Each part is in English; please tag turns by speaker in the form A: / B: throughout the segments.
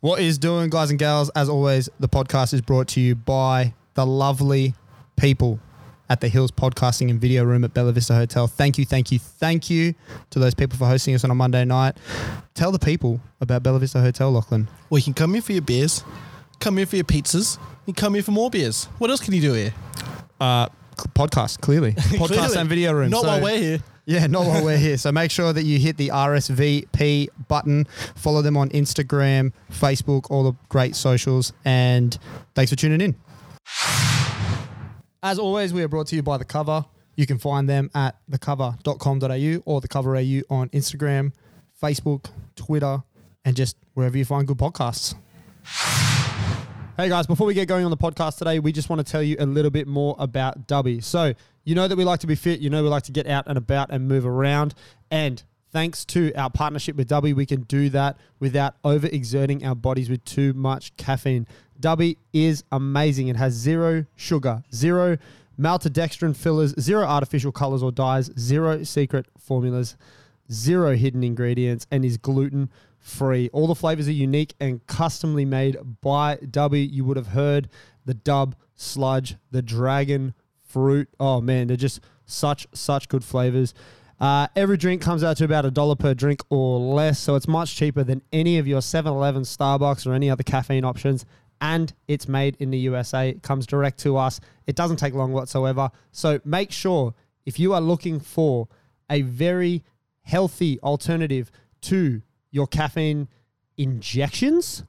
A: What is doing, guys and gals? As always, the podcast is brought to you by the lovely people at the Hills Podcasting and Video Room at Bella Vista Hotel. Thank you, thank you, thank you to those people for hosting us on a Monday night. Tell the people about Bella Vista Hotel, Lachlan.
B: Well, you can come here for your beers, come here for your pizzas, and come here for more beers. What else can you do here?
A: Uh, c- podcast, clearly. Podcast
B: Clearly.
A: and Video Room.
B: Not
A: So-
B: while we're here.
A: Yeah, not while we're here. So make sure that you hit the RSVP button. Follow them on Instagram, Facebook, all the great socials. And thanks for tuning in. As always, we are brought to you by The Cover. You can find them at thecover.com.au or The Cover AU on Instagram, Facebook, Twitter, and just wherever you find good podcasts. Hey guys, before we get going on the podcast today, we just want to tell you a little bit more about Dubby. So, you know that we like to be fit, you know we like to get out and about and move around. And thanks to our partnership with Dubby, we can do that without overexerting our bodies with too much caffeine. Dubby is amazing. It has zero sugar, zero maltodextrin fillers, zero artificial colors or dyes, zero secret formulas zero hidden ingredients, and is gluten free. All the flavors are unique and customly made by Dubby. You would have heard the dub, sludge, the dragon fruit. Oh man, they're just such, such good flavors. Uh, every drink comes out to about a dollar per drink or less, so it's much cheaper than any of your 7 Eleven, Starbucks, or any other caffeine options and it's made in the USA. It comes direct to us. It doesn't take long whatsoever. So make sure if you are looking for a very healthy alternative to your caffeine injections,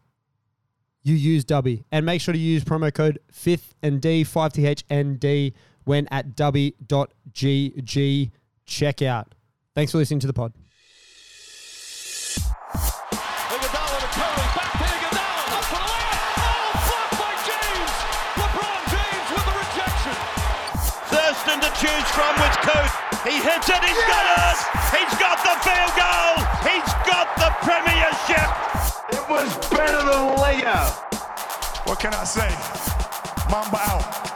A: you use Dubby. And make sure to use promo code 5th and D, 5THND, when at dubby.gg checkout. Thanks for listening to the pod.
C: Iguodala to Curry, back to Iguodala, up for the layup. Oh, blocked by James. LeBron James with the rejection.
D: Thurston to choose from with Coates. He hits it, He's got us! He's got the field goal! He's got the premiership!
E: It was better than Leo.
F: What can I say? Mamba out.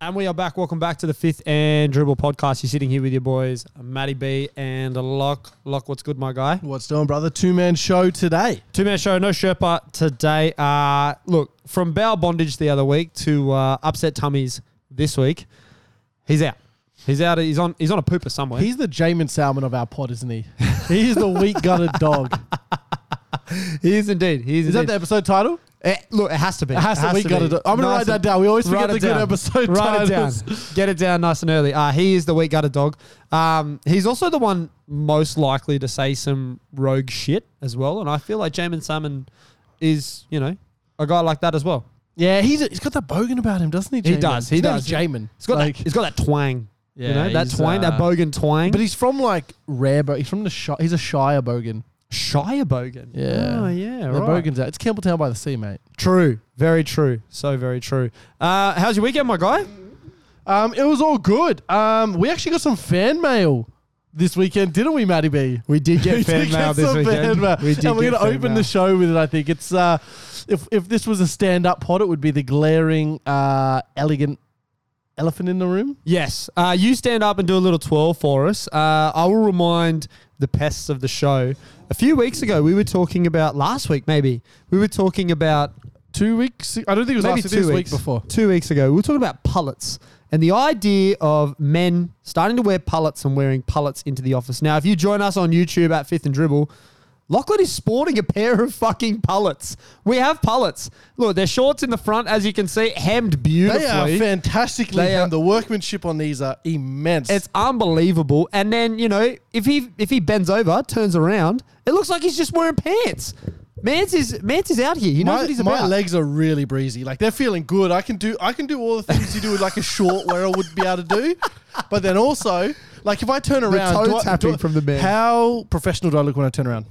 A: And we are back. Welcome back to the fifth and dribble podcast. You're sitting here with your boys, Matty B and Lock. Lock, what's good, my guy?
B: What's doing, brother? Two man show today.
A: Two man show, no Sherpa today. Uh, look, from bowel bondage the other week to uh, upset tummies this week, he's out. He's out. He's on. He's on a pooper somewhere.
B: He's the Jamin Salmon of our pod, isn't he? He's the weak gutted dog.
A: he is indeed. He
B: Is that the episode title?
A: look, it has to be.
B: It has to- we gotta do- I'm gonna write
A: and-
B: that down. We always
A: Write
B: forget
A: it
B: the good
A: down.
B: episode
A: Write it down.
B: titles.
A: Get it down nice and early. Uh, he is the weak gutted dog. Um, he's also the one most likely to say some rogue shit as well. And I feel like Jamin Salmon is, you know, a guy like that as well.
B: Yeah, he's he's got that bogan about him, doesn't he?
A: He
B: Jamin?
A: does. He
B: His
A: does.
B: name's Jamin.
A: He's got
B: Like-
A: that, he's got that twang. you
B: Yeah,
A: know, that
B: he's,
A: twang, that
B: uh,
A: bogan twang.
B: but he's from like rare, but he's from the Shire. He's a Shire bogan.
A: Shire bogan.
B: Yeah.
A: Oh, yeah.
B: The
A: right.
B: bogan's out. It's Campbelltown by the sea, mate.
A: True. Very true. So very true. Uh, how's your weekend, my guy?
B: Um, it was all good. Um, we actually got some fan mail this weekend, didn't we, Matty B?
A: We did
B: We
A: get fan
B: did
A: mail
B: get
A: this
B: some fan
A: weekend.
B: mail.
A: We did
B: and we're
A: get
B: going to
A: fan
B: open
A: mail.
B: the show with it. I think it's uh, if if this was a stand-up pod, it would be the glaring, uh, elegant elephant in the room.
A: Yes. Uh, you stand up and do a little twirl for us. Uh, I will remind the pests of the show. A few weeks ago, we were talking about, last week maybe, we were talking about,
B: Two weeks. I don't think it was
A: maybe
B: last
A: two
B: week, this
A: weeks,
B: week before.
A: Two weeks ago, we were talking about pullets and the idea of men starting to wear pullets and wearing pullets into the office. Now, if you join us on YouTube at Fifth and Dribble, Lachlan is sporting a pair of fucking pullets. We have pullets. Look, they're shorts in the front, as you can see, hemmed beautifully.
B: They are fantastically.
A: They are-
B: and the workmanship on these are immense.
A: It's unbelievable. And then you know, if he if he bends over, turns around, it looks like he's just wearing pants. Mance is Mance is out here. He knows
B: my,
A: what he's
B: my
A: about.
B: legs are really breezy. Like they're feeling good. I can do I can do all the things you do with like a short where I would be able to do. But then also, like if I turn around,
A: toe
B: do I-
A: tapping
B: do I-
A: from the man.
B: How professional do I look when I turn around?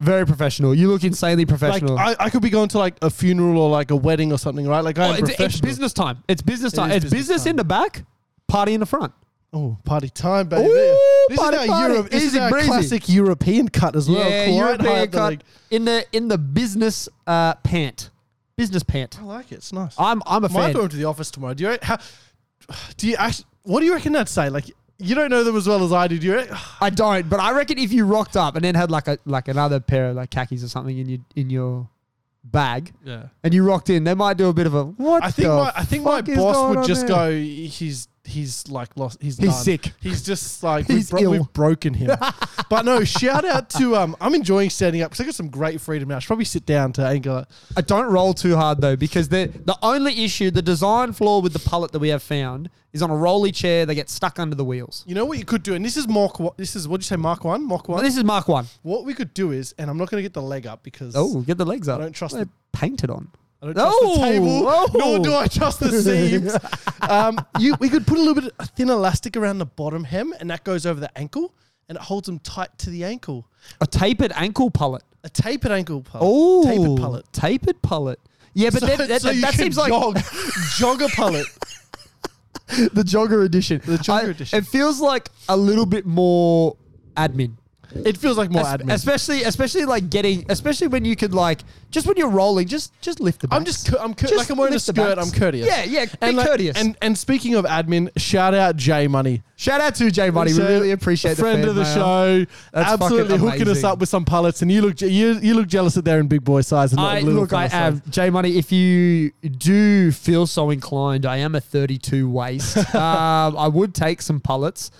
A: Very professional. You look insanely
B: Like
A: professional.
B: I, I could be going to like a funeral or like a wedding or something, right? Like
A: Oh,
B: I'm
A: it's, it's
B: professional.
A: business time. It's business time.
B: is
A: it's
B: business
A: business
B: time.
A: in the back, party in the front.
B: Oh, party time, baby!
A: Ooh,
B: this
A: party,
B: is our
A: party.
B: Europe. This
A: Easy
B: is our
A: breezy.
B: classic European cut as well. Quite high up the
A: cut.
B: leg.
A: in the in the business uh, pant, business pant.
B: I like it. It's nice.
A: I'm I'm a
B: Might
A: fan.
B: go into the office tomorrow. Do you? How, do you actually? What do you reckon that'd say? Like, You don't know them as well as I did. You
A: I don't, but I reckon if you rocked up and then had like a like another pair of like khakis or something in your in your bag,
B: yeah.
A: and you rocked in, they might do a bit of a what?
B: I think
A: the
B: my, I think my
A: fuck is
B: boss
A: going
B: would
A: on
B: just
A: there?"
B: go. He's he's like lost. He's
A: He's
B: done.
A: sick.
B: He's just like
A: He's
B: we've, bro-
A: ill.
B: we've broken him. but no, shout out to um. I'm enjoying standing up because I got some great freedom now. I should probably sit down to and go.
A: I Uh, don't roll too hard though, because the the only issue, the design flaw with the pallet that we have found is on a rolly chair. They get stuck under the wheels.
B: You know what you could do, and this is Mark. wa- This is what would you say, Mark One, Mark
A: Well,
B: One.
A: this is Mark One.
B: what we could do is, and I'm not going to get the leg up because
A: Oh, get the legs up.
B: I don't trust
A: They're
B: the-
A: painted on.
B: I don't trust
A: Oh,
B: the table,
A: oh.
B: nor do I trust the seams. um, you, we could put a little bit of thin elastic around the bottom hem, and that goes over the ankle, and it holds them tight to the ankle.
A: A tapered ankle pallet.
B: A tapered ankle pallet.
A: Oh,
B: Tapered pallet.
A: Tapered pallet. Yeah, but that, that, that,
B: you
A: that
B: can
A: seems like
B: jog, jog a pallet.
A: the jogger edition. The
B: jogger edition.
A: It feels like a little bit more admin.
B: It feels like more
A: Es-
B: admin.
A: Especially, especially like getting, especially when you could like just when you're rolling, just just lift the. Backs.
B: I'm just, cu- I'm cur-
A: Just
B: like I'm wearing a
A: lift the
B: skirt.
A: backs.
B: I'm courteous.
A: Yeah, yeah, be
B: and like-
A: courteous.
B: And and speaking of admin, shout out J Money.
A: shout out to J Money. We
B: So,
A: really appreciate the
B: friend
A: fan
B: of the
A: mail.
B: show.
A: That's
B: absolutely
A: fucking
B: hooking us
A: amazing.
B: up with some pallets, and you look je- you you look jealous that they're in big boy size and not
A: I,
B: little
A: look, I
B: fella size.
A: am J Money. If you do feel so inclined, I am a 32 waist. um, I would take some pullets,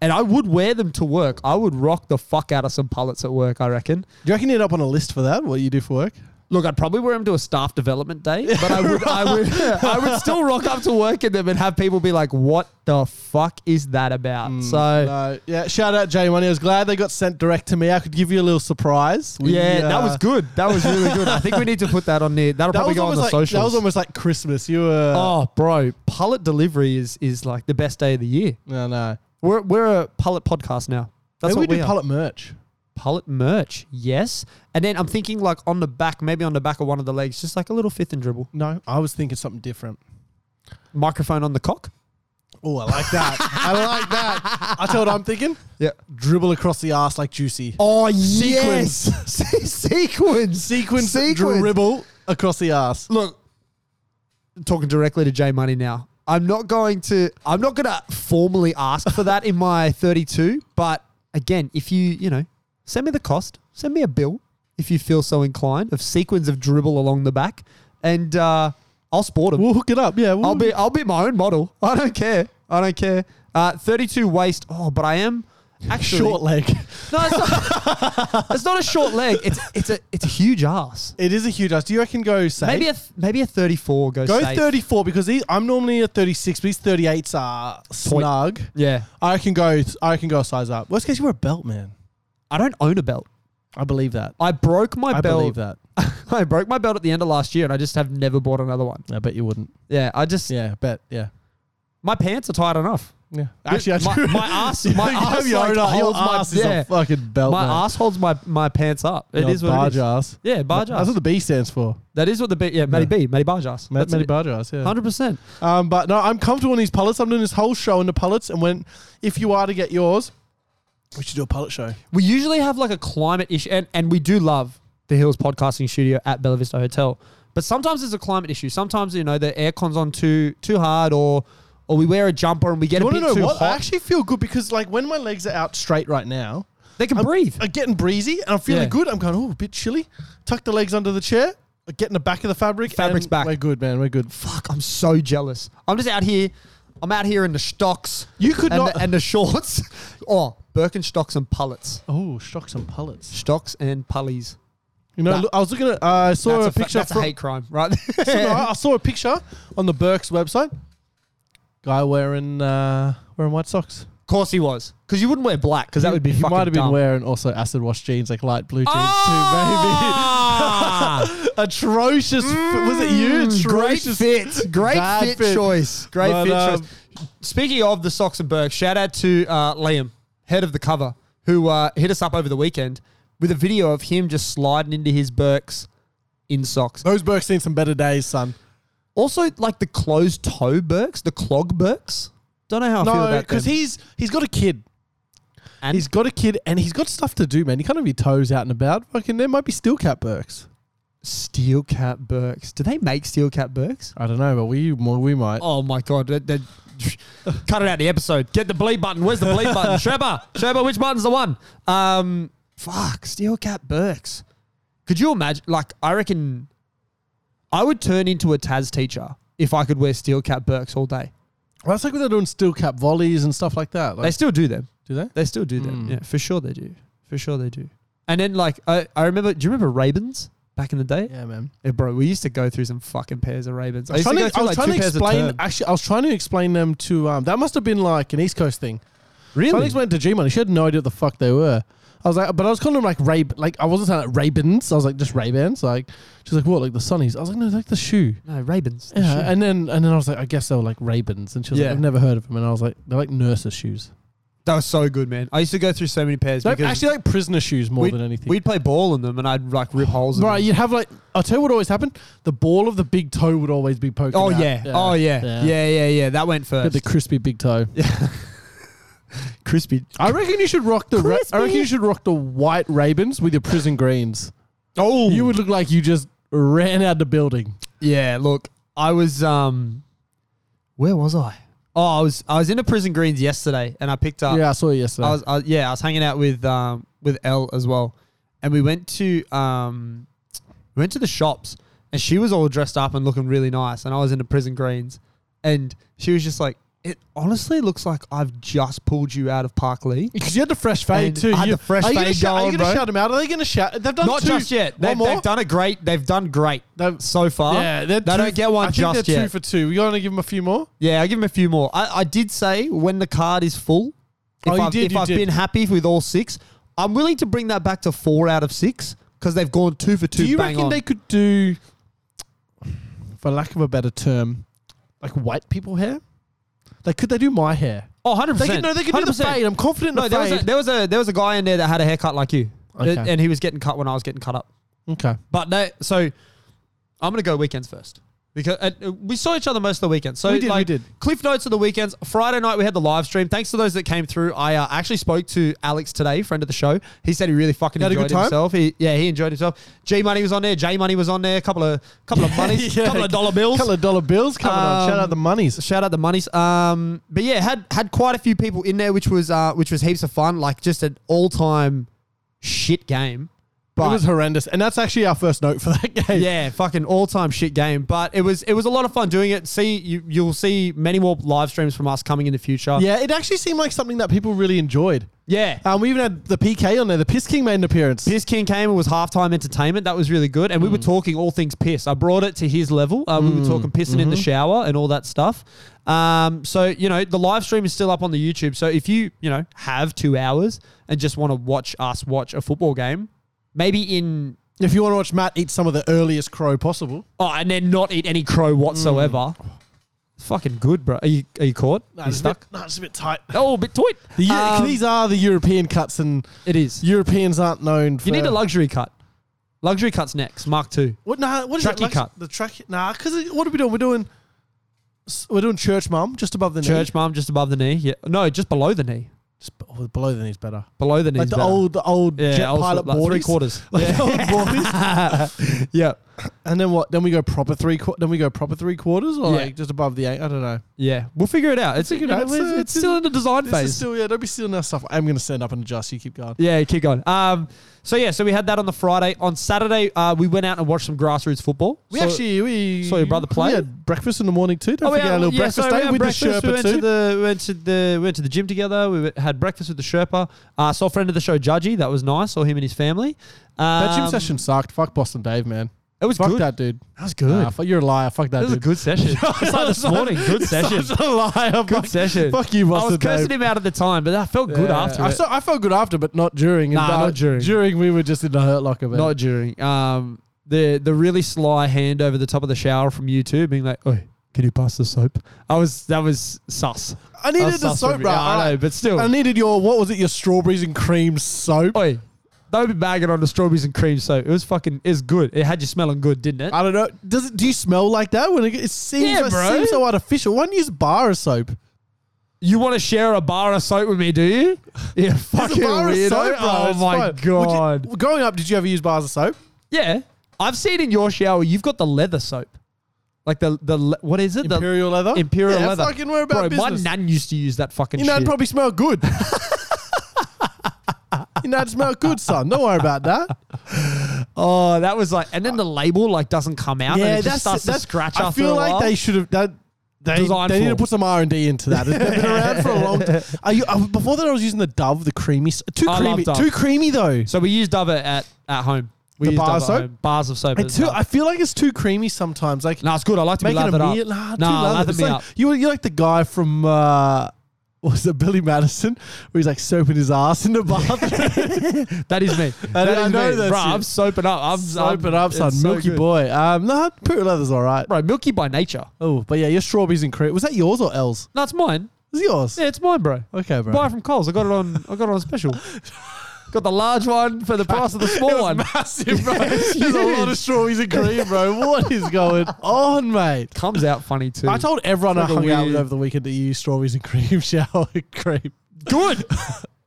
A: and I would wear them to work. I would rock the fuck out of some pullets at work. I reckon.
B: Do you reckon you end up on a list for that? What you do for work?
A: Look, I'd probably wear them to a staff development day, but I would, I would, I would still rock up to work in them and have people be like, "What the fuck is that about?"
B: Mm,
A: so.
B: No. Yeah. Shout out J Money. I was glad they got sent direct to me. I could give you a little surprise. We,
A: Yeah, that
B: uh,
A: was good. That was really good. I think we need to put that on there. That'll
B: That
A: probably
B: was,
A: go on
B: almost
A: the
B: like,
A: socials.
B: that was almost uh, like Christmas. You were.
A: oh, bro, Pullet delivery is is like the best day of the year.
B: No, no.
A: We're we're a Pullet podcast now. That's
B: Maybe
A: what
B: we
A: we,
B: do
A: are.
B: pallet merch.
A: Pullet merch, yes. And then I'm thinking like on the back, maybe on the back of one of the legs, just like a little fifth and dribble
B: No, I was thinking something different.
A: microphone on the cock.
B: Oh, I like that. I like that. I tell you what I'm thinking.
A: Yeah.
B: Dribble across the ass like juicy.
A: Oh
B: Sequence.
A: yes, sequence,
B: Sequence, dribble across the ass.
A: Look, talking directly to J Money now. I'm not going to. I'm not going to formally ask for that in my 32. But again, if you you know, send me the cost, send me a bill if you feel so inclined of sequence of dribble along the back, and uh, I'll sport them.
B: We'll hook it up. Yeah, we'll
A: I'll be I'll be my own model. I don't care. I don't care. Uh, 32 waist. Oh, but I am actually
B: short leg.
A: No, it's not, it's not a short leg. It's it's a it's a huge ass.
B: It is a huge ass. Do you reckon go safe?
A: Maybe a th- maybe a 34 goes.
B: go
A: safe.
B: 34 because these, I'm normally a 36, but these 38s are snug.
A: Yeah,
B: I can go. I can go a size up. Worst case, you wear a belt, man.
A: I don't own a belt.
B: I believe that.
A: I broke my
B: I
A: belt.
B: believe that.
A: I broke my belt at the end of last year, and I just have never bought another one.
B: I bet you wouldn't.
A: Yeah, I just
B: Yeah, bet. Yeah.
A: my pants are tight enough.
B: Yeah. Actually, I
A: my-
B: do.
A: my ass- my
B: You
A: ass,
B: have your
A: like,
B: own ass. Your
A: holds my-
B: ass is
A: yeah.
B: a fucking belt.
A: my
B: man.
A: ass holds my my pants up. It
B: Your
A: is what it
B: barge
A: is.
B: ass.
A: Yeah, barge
B: That's
A: ass.
B: what the B stands for.
A: That is what the ba- yeah, Matty B, Matty Barge ass.
B: Ma- Matty barge ass. Yeah.
A: Hundred percent.
B: Um, but no, I'm comfortable in these pallets. I'm doing this whole show in the pallets, and when if you are to get yours, we should do a pallet show.
A: We usually have like a climate issue, and, and we do love the Hills Podcasting Studio at Bella Vista Hotel. But sometimes there's a climate issue. Sometimes you know the aircon's on too too hard, or or we wear a jumper and we get
B: You
A: a
B: want
A: bit
B: to know
A: too
B: what? I
A: hot.
B: actually feel good because like when my legs are out straight right now,
A: they can breathe.
B: I'm getting breezy and I'm feeling
A: Yeah.
B: good. I'm going, oh, a bit chilly. Tuck the legs under the chair, get in the back of the fabric.
A: Fabric's
B: and
A: back.
B: We're good, man. We're good.
A: Fuck, I'm so jealous. I'm just out here. I'm out here in the stocks.
B: You could
A: and
B: not-
A: the, and the shorts. oh, Birkenstocks and pullets.
B: Oh, stocks and pallets.
A: Stocks and pulleys.
B: You know,
A: That-
B: look, I was looking at. uh, I saw
A: That's
B: a,
A: a, fa-
B: picture.
A: that's a
B: from-
A: hate crime, right?
B: No, I I saw a picture on the Burke's website. Guy wearing uh, wearing white socks.
A: of course he was, because you wouldn't wear black, because that would be
B: He
A: fucking
B: might have been
A: dumb.
B: wearing also acid wash jeans, like light blue jeans
A: Ah!
B: too, maybe. Atrocious. f- was it you?
A: Mm, great
B: Atrocious.
A: fit, great
B: Bad
A: fit, choice, great
B: But,
A: fit
B: um,
A: choice. Speaking of the socks and Burke, shout out to uh, Liam, head of the cover, who uh, hit us up over the weekend with a video of him just sliding into his Burks in socks.
B: Those Burke's seen some better days, son.
A: Also, like the closed toe Burks, the clog Burks. Don't know how I feel
B: no,
A: about
B: because
A: them.
B: he's he's got a kid.
A: And-
B: he's got a kid, and he's got stuff to do, man. He can't have your toes out and about. Fucking, there might be steel cap Burks.
A: steel cap Burks. Do they make steel cap Burks?
B: I don't know, but we we might.
A: Oh my god, that, that Cut it out of the episode. Get the bleed button. Where's the bleed button? Sherba, Sherba, which button's the one? Um, fuck, Steel Cat Burks. Could you imagine? Like, I reckon I would turn into a Taz teacher if I could wear Steel Cat Burks all day.
B: Well, that's like when they're doing steel cap volleys and stuff like that.
A: They
B: Like, Hmm.
A: still do them.
B: do they?
A: They still do them. Yeah, for sure they do. For sure they do. And then, like, I, I remember, do you remember Ravens back in the day?
B: Yeah, man.
A: Yeah, bro, we used to go through some fucking pairs of Ravens.
B: I was trying
A: used
B: to,
A: go through,
B: I was
A: like,
B: trying
A: two
B: to
A: pairs a
B: explain.
A: term.
B: Actually, I was trying to explain them to. Um, that must have been like an East Coast thing. So I
A: Really?
B: explained to G Money. She had no idea what the fuck they were. I was like, but I was calling them like Ray. Like I wasn't saying like Ray-Bans. I was like just Ray-Bans. Like she's like what? Like the Sunnies. I was like no, like the shoe.
A: No, Ravens.
B: Yeah. And then and then I was like, I guess they were like Ray-Bans. And she was
A: Yeah.
B: like, I've never heard of them. And I was like, they're like nurses' shoes.
A: That was so good, man. I used to go through so many pairs.
B: They're
A: because
B: actually like prisoner shoes more
A: we'd,
B: than anything.
A: We'd play ball in them, and I'd like rip holes. In
B: Right,
A: them.
B: you'd have like I'll tell you what always happened. The ball of the big toe would always be poking.
A: Oh
B: out.
A: yeah. Oh yeah. Yeah. yeah. Yeah. That went
B: Get
A: first.
B: the crispy big toe.
A: crispy.
B: I reckon you should rock the. Ra- I reckon you should rock the white Ravens with your prison greens.
A: Oh.
B: You would look like you just ran out the building.
A: Yeah. Look, I was um, where was I? Oh, I was I was in a prison greens yesterday, and I picked up.
B: yeah, I saw you yesterday.
A: Uh, I was I, yeah, I was hanging out with um with Elle as well, and we went to um we went to the shops, and she was all dressed up and looking really nice, and I was in the prison greens, and she was just like, "It honestly looks like I've just pulled you out of Park Lee."
B: because you had the fresh fade
A: And
B: too.
A: I had
B: You-
A: the fresh
B: are you gonna
A: fade
B: shout- Are
A: going,
B: you going
A: bro.
B: to shout them out? Are they going to shout? They've done
A: Not
B: two-
A: just yet.
B: One
A: They've,
B: more?
A: they've done a great. They've done great
B: They've-
A: so far.
B: Yeah, they're
A: they
B: two,
A: don't get one
B: I think
A: just
B: they're
A: yet.
B: Two for two. You want to give them a few more?
A: Yeah, I'll give him a few more. I, I did say when the card is full, if
B: Oh, you
A: I've,
B: did,
A: if
B: you
A: I've
B: did.
A: been happy with all six, I'm willing to bring that back to four out of six because they've gone two for two.
B: do you
A: bang
B: reckon
A: on.
B: they could do, for lack of a better term, like white people hair? Like, could they do my hair?
A: Oh, 100%.
B: They could, no, they could do the
A: 100%.
B: fade. I'm confident in
A: No,
B: the
A: there was,
B: fade.
A: a, there, was a, there was a guy in there that had a haircut like you.
B: Okay.
A: And he was getting cut when I was getting cut up.
B: okay.
A: But they, so I'm going to go weekends first. Because uh, we saw each other most of the weekend. So
B: We did, we
A: like,
B: did.
A: Cliff notes of the weekends. Friday night we had the live stream. Thanks to those that came through. I uh, actually spoke to Alex today, friend of the show. He said he really fucking
B: Had a good
A: enjoyed
B: time?
A: himself. He, yeah, he enjoyed himself. G Money was on there. J Money was on there. A couple of couple of monies, couple of dollar bills.
B: Couple of dollar bills coming on. Shout out
A: Um,
B: the monies.
A: Shout out the monies. Um, but yeah, had had quite a few people in there, which was uh, which was heaps of fun. Like just an all time shit game. But
B: it was horrendous, and that's actually our first note for that game.
A: yeah, fucking all time shit game. But it was it was a lot of fun doing it. See you you'll see many more live streams from us coming in the future.
B: yeah. It actually seemed like something that people really enjoyed.
A: Yeah.
B: Um, we even had the PK on there. The Piss King made an appearance.
A: Piss King came and was halftime entertainment. That was really good. And
B: Mm.
A: we were talking all things piss. I brought it to his level. Uh, We were talking pissing
B: Mm-hmm.
A: in the shower and all that stuff. Um, so, you know, the live stream is still up on the YouTube. So if you, you know, have two hours and just want to watch us watch a football game, maybe in,
B: If you want to watch Matt eat some of the earliest crow possible,
A: oh, and then not eat any crow whatsoever. Fucking good, bro. Are you, are you caught? you stuck?
B: no, it's Mm. a bit tight.
A: Oh, a bit tight.
B: The Eu-
A: Um,
B: these are the European cuts, and
A: it is. You,
B: Europeans aren't known. For,
A: need a luxury cut. Luxury cut's next. Mark two.
B: What? Nah, what is
A: Tracky
B: it? Lux-
A: cut.
B: The track. Nah, because what are we doing? We're doing. s- We're doing church mum just above the
A: Church
B: knee.
A: mom just above the knee. Yeah. No, just below the knee.
B: Just b- oh, below the knee's better.
A: Below the knee.
B: like the old, the old
A: yeah,
B: jet
A: old-
B: pilot
A: like
B: boardies.
A: three quarters.
B: Like the old boardies.
A: yeah.
B: And then what? Then we go proper three. Qu- then we go proper three quarters, or
A: Yeah.
B: like just above the eight. I don't know.
A: Yeah. We'll figure it out. It's,
B: Figure it
A: you know,
B: out.
A: it's-
B: It's-
A: it's still in the design
B: This
A: phase.
B: is still yeah. Don't be stealing our stuff. I'm gonna stand up and adjust. You keep going.
A: yeah, keep going. Um, so yeah, so we had that on the Friday. On Saturday, uh, we went out and watched some grassroots football.
B: We
A: So-
B: actually we
A: saw your brother play?
B: We had breakfast in the morning too. Don't
A: Oh, we
B: forget
A: had-
B: our little
A: yeah,
B: breakfast
A: so we
B: day
A: had
B: with
A: breakfast,
B: the Sherpa
A: we went
B: too.
A: to the we went to the we went to the gym together. We went- had breakfast with the Sherpa. Uh, saw a friend of the show, Judgy. That was nice. Saw him and his family. Um,
B: that gym session sucked. Fuck Boston Dave, man.
A: It was
B: Fuck
A: good.
B: that dude.
A: That was good.
B: Nah, fuck, you're a liar. Fuck that
A: It was a
B: dude.
A: good session. it's like this morning. Good session.
B: Such a liar. Good fuck,
A: session.
B: Fuck you,
A: I
B: Boston
A: was cursing
B: Dave.
A: him out at the time, but I felt good
B: Yeah.
A: after
B: I,
A: it.
B: saw- I felt good after, but not during. And
A: Nah,
B: that-
A: not during.
B: During we were just in the hurt locker, man.
A: Not during. Um, the the really sly hand over the top of the shower from you two, being like, "Oi, can you pass the soap?" I was that was sus.
B: I needed
A: That was
B: the
A: sus
B: soap,
A: from you.
B: bro.
A: Yeah, I
B: I-
A: know, but still,
B: I needed your what was it? Your strawberries and cream soap.
A: oi, don't be bagging on the strawberries and cream soap. It was fucking, it was good. It had you smelling good, didn't it?
B: I don't know. Does it? Do you smell like that when it, it seems?
A: Yeah,
B: it
A: bro.
B: seems so artificial. Why don't you use bar of soap?
A: you want to share a bar of soap with me, do you? Yeah, fucking
B: bar of
A: weirdo.
B: soap, bro.
A: oh
B: It's
A: my
B: fine. Would you-
A: god.
B: growing up, did you ever use bars of soap?
A: yeah, I've seen in your shower you've got the leather soap. Like the the le- what is it? The-
B: Imperial leather?
A: Imperial
B: Yeah,
A: leather.
B: fucking we're
A: Bro,
B: about business.
A: my nan used to use that fucking.
B: You know,
A: shit.
B: it probably smell good. you know, it smell good, son. Don't worry about that.
A: Oh, that was like, and then the label like doesn't come out. and it just starts to scratch.
B: I
A: after
B: feel
A: a
B: like
A: while.
B: they should have that. They,
A: Designed
B: they need
A: for.
B: to put some R and D into that. It's been around for a long time. Are you, uh, before that, I was using the Dove, the creamy, s- too
A: I love
B: creamy,
A: Dove.
B: too creamy though.
A: So we used Dove at at home. We
B: The
A: used
B: bar
A: Dove at
B: soap?
A: home. bars of soap.
B: It's too, I feel like it's too creamy sometimes. Like
A: no, it's good. I like to be
B: making a
A: lathered up.
B: meal, nah, too
A: nah,
B: lathered.
A: lather
B: It's
A: me
B: like,
A: up.
B: You you're like the guy from. Uh, what was it Billy Madison where he's like soaping his ass in the bathroom?
A: That is me. That is
B: I know
A: me.
B: that's
A: Bro,
B: you.
A: I'm soaping up. I'm
B: Soaping
A: I'm-
B: up, son.
A: it's so
B: Milky
A: good.
B: boy. Um, nah, Pooh Leather's all right.
A: Bro, milky by nature.
B: Oh, but yeah, your strawberries and cream. Was that yours or L's?
A: No, it's mine.
B: It's yours.
A: Yeah, it's mine, bro.
B: Okay, bro.
A: Buy it from Coles. I got it on. I got it on special. got the large one for the price of the small one.
B: massive, bro.
A: It's
B: There's a lot
A: huge.
B: of strawberries and cream, bro. What is going on, mate?
A: Comes out funny too.
B: Oh, I told everyone I
A: Like a
B: hung out with
A: weird-
B: over the weekend that you use strawberries and cream shower cream.
A: good.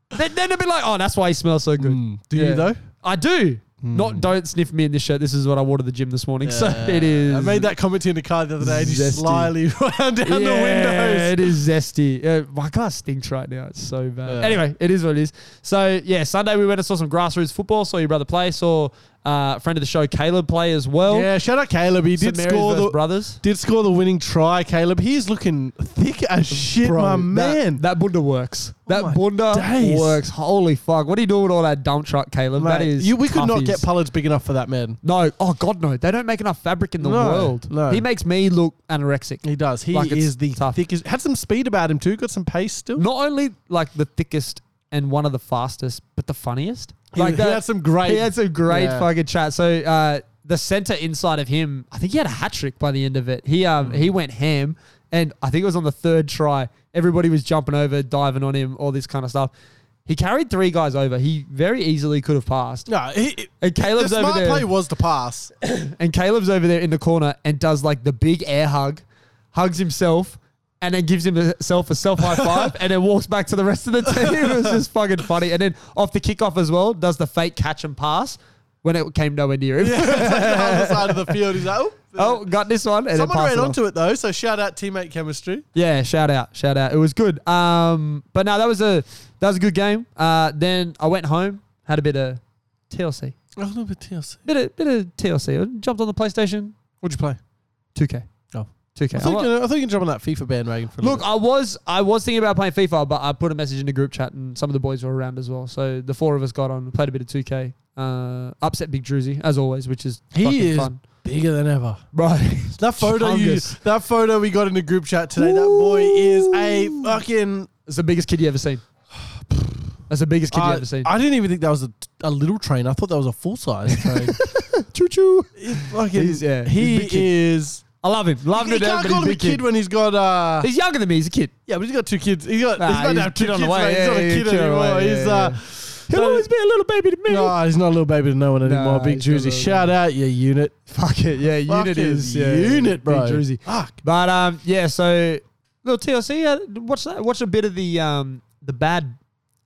A: Mm. then, then they'd be like, oh, that's why he smells so good.
B: Do
A: Yeah.
B: you though?
A: I do. Not don't sniff me in this shirt. This is what I wore to the gym this morning. so it is.
B: I made that comment to you in the car the other day, and you
A: Zesty.
B: slyly wound down
A: yeah,
B: the windows.
A: It is zesty. Uh, my car stinks right now. It's so bad. Anyway, it is what it is. So yeah, Sunday we went and saw some grassroots football. Saw your brother play. Saw uh, friend of the show Caleb play as well.
B: Yeah, shout out Caleb. He
A: St.
B: did
A: Mary's
B: score
A: versus
B: the
A: brothers.
B: did score the winning try. Caleb, he is looking thick as shit, my
A: that-
B: man. Oh
A: that bunda works. That
B: my
A: bunda
B: days.
A: works. Holy fuck! What are you doing with all that dump truck, Caleb? that
B: Mate,
A: is.
B: you, we could not
A: toughies.
B: get pullards big enough for that man.
A: No. Oh God, no. They don't make enough fabric in the
B: No,
A: world.
B: no.
A: He makes me look anorexic.
B: He does. He
A: Like, it's
B: is the
A: tough.
B: thickest. Had some speed about him too. Got some pace still.
A: Not only like the thickest and one of the fastest, but the funniest.
B: He-
A: Like
B: he
A: that-
B: had some great-
A: He had some great
B: Yeah.
A: fucking chat. So uh, the center inside of him, I think he had a hat trick by the end of it. He
B: Hmm.
A: um he went ham, and I think it was on the third try. Everybody was jumping over, diving on him, all this kind of stuff. He carried three guys over. He very easily could have passed.
B: No, he,
A: And Caleb's
B: the
A: over
B: smart
A: there.
B: play was to pass.
A: And Caleb's over there in the corner and does like the big air hug, hugs himself, and then gives himself a self high five, and then walks back to the rest of the team. It was just fucking funny. And then off the kickoff as well, does the fake catch and pass when it came nowhere near him.
B: on the side of the field, he's like, oh.
A: oh, got this one. And then
B: Someone
A: passed
B: ran
A: it off.
B: onto it though, so shout out teammate chemistry.
A: Yeah, shout out, shout out. It was good. Um, but no, that was a that was a good game. Uh, then I went home, had a bit of TLC,
B: A little bit TLC.
A: bit of bit of TLC. I jumped on the PlayStation,
B: What'd you play?
A: two K,
B: Oh.
A: two K.
B: I thought, you, were gonna- I thought you can jump on that FIFA bandwagon for a
A: Look,
B: little
A: I was I was thinking about playing FIFA, but I put a message in the group chat, and some of the boys were around as well. So the four of us got on, played a bit of 2K, uh, upset Big Druzy as always, which is
B: bit.
A: fucking
B: He is
A: fun,
B: bigger than ever.
A: right?
B: That photo you,
A: Humongous.
B: that photo we got in the group chat today. That boy is a fucking.
A: It's the biggest kid you ever seen. That's the biggest kid you
B: I-
A: ever seen.
B: I didn't even think that was a, a little train. I thought that was a full size train.
A: Choo choo.
B: fucking,
A: He's- yeah, he's
B: he
A: big kid.
B: is.
A: I love him. Love him
B: You
A: to death,
B: can't
A: but he's
B: call him a
A: big
B: kid when he's got uh,
A: He's younger than me. He's a kid.
B: Yeah, but he's got two kids. He's got,
A: Nah,
B: he's got
A: he's
B: to
A: a
B: have two
A: kid on
B: kids,
A: the way.
B: mate. He's not
A: Yeah, yeah,
B: a kid
A: kid on the
B: anymore.
A: way. Yeah,
B: he's,
A: yeah,
B: uh,
A: yeah. He'll always be a little baby to me.
B: no, he's not a little baby to no one anymore.
A: Nah,
B: Big
A: he's not a
B: Juicy.
A: little
B: Shout out your unit.
A: Fuck it, yeah, unit
B: Fucking
A: is yeah,
B: unit, bro.
A: Big druzy.
B: Fuck.
A: But um, yeah, so little TLC. Uh, watch that. Watch a bit of the um, the bad,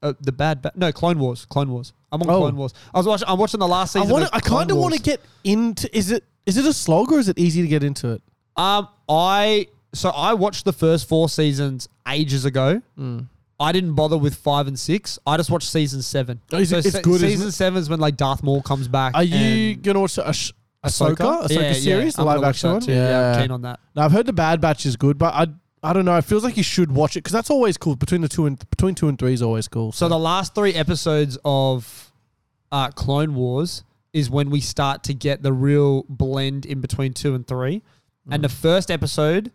A: uh, the bad. Ba- no, Clone Wars. Clone Wars. I'm on
B: Oh.
A: Clone Wars. I was watching. I'm watching the last
B: I
A: season.
B: want.
A: of
B: I
A: Clone
B: kind of want to
A: Wars.
B: get into. Is it? Is it a slog or is it easy to get into it?
A: Um, I so I watched the first four seasons ages ago.
B: Hmm.
A: I didn't bother with five and six. I just watched season seven.
B: Oh, is it- it's
A: se-
B: good, isn't
A: Season
B: it?
A: seven is when like Darth Maul comes back.
B: Are you
A: and
B: gonna watch the Ash-
A: Ahsoka?
B: Ahsoka? Ahsoka series, the
A: I'm gonna
B: live
A: watch
B: action
A: that
B: one.
A: too. Yeah, I'm keen on that.
B: Now I've heard the Bad Batch is good, but I. I don't know. It feels like you should watch it because that's always cool. Between the two and between two and three is always cool.
A: So the last three episodes of uh, Clone Wars is when we start to get the real blend in between two and three. And the
B: Mm.
A: first episode,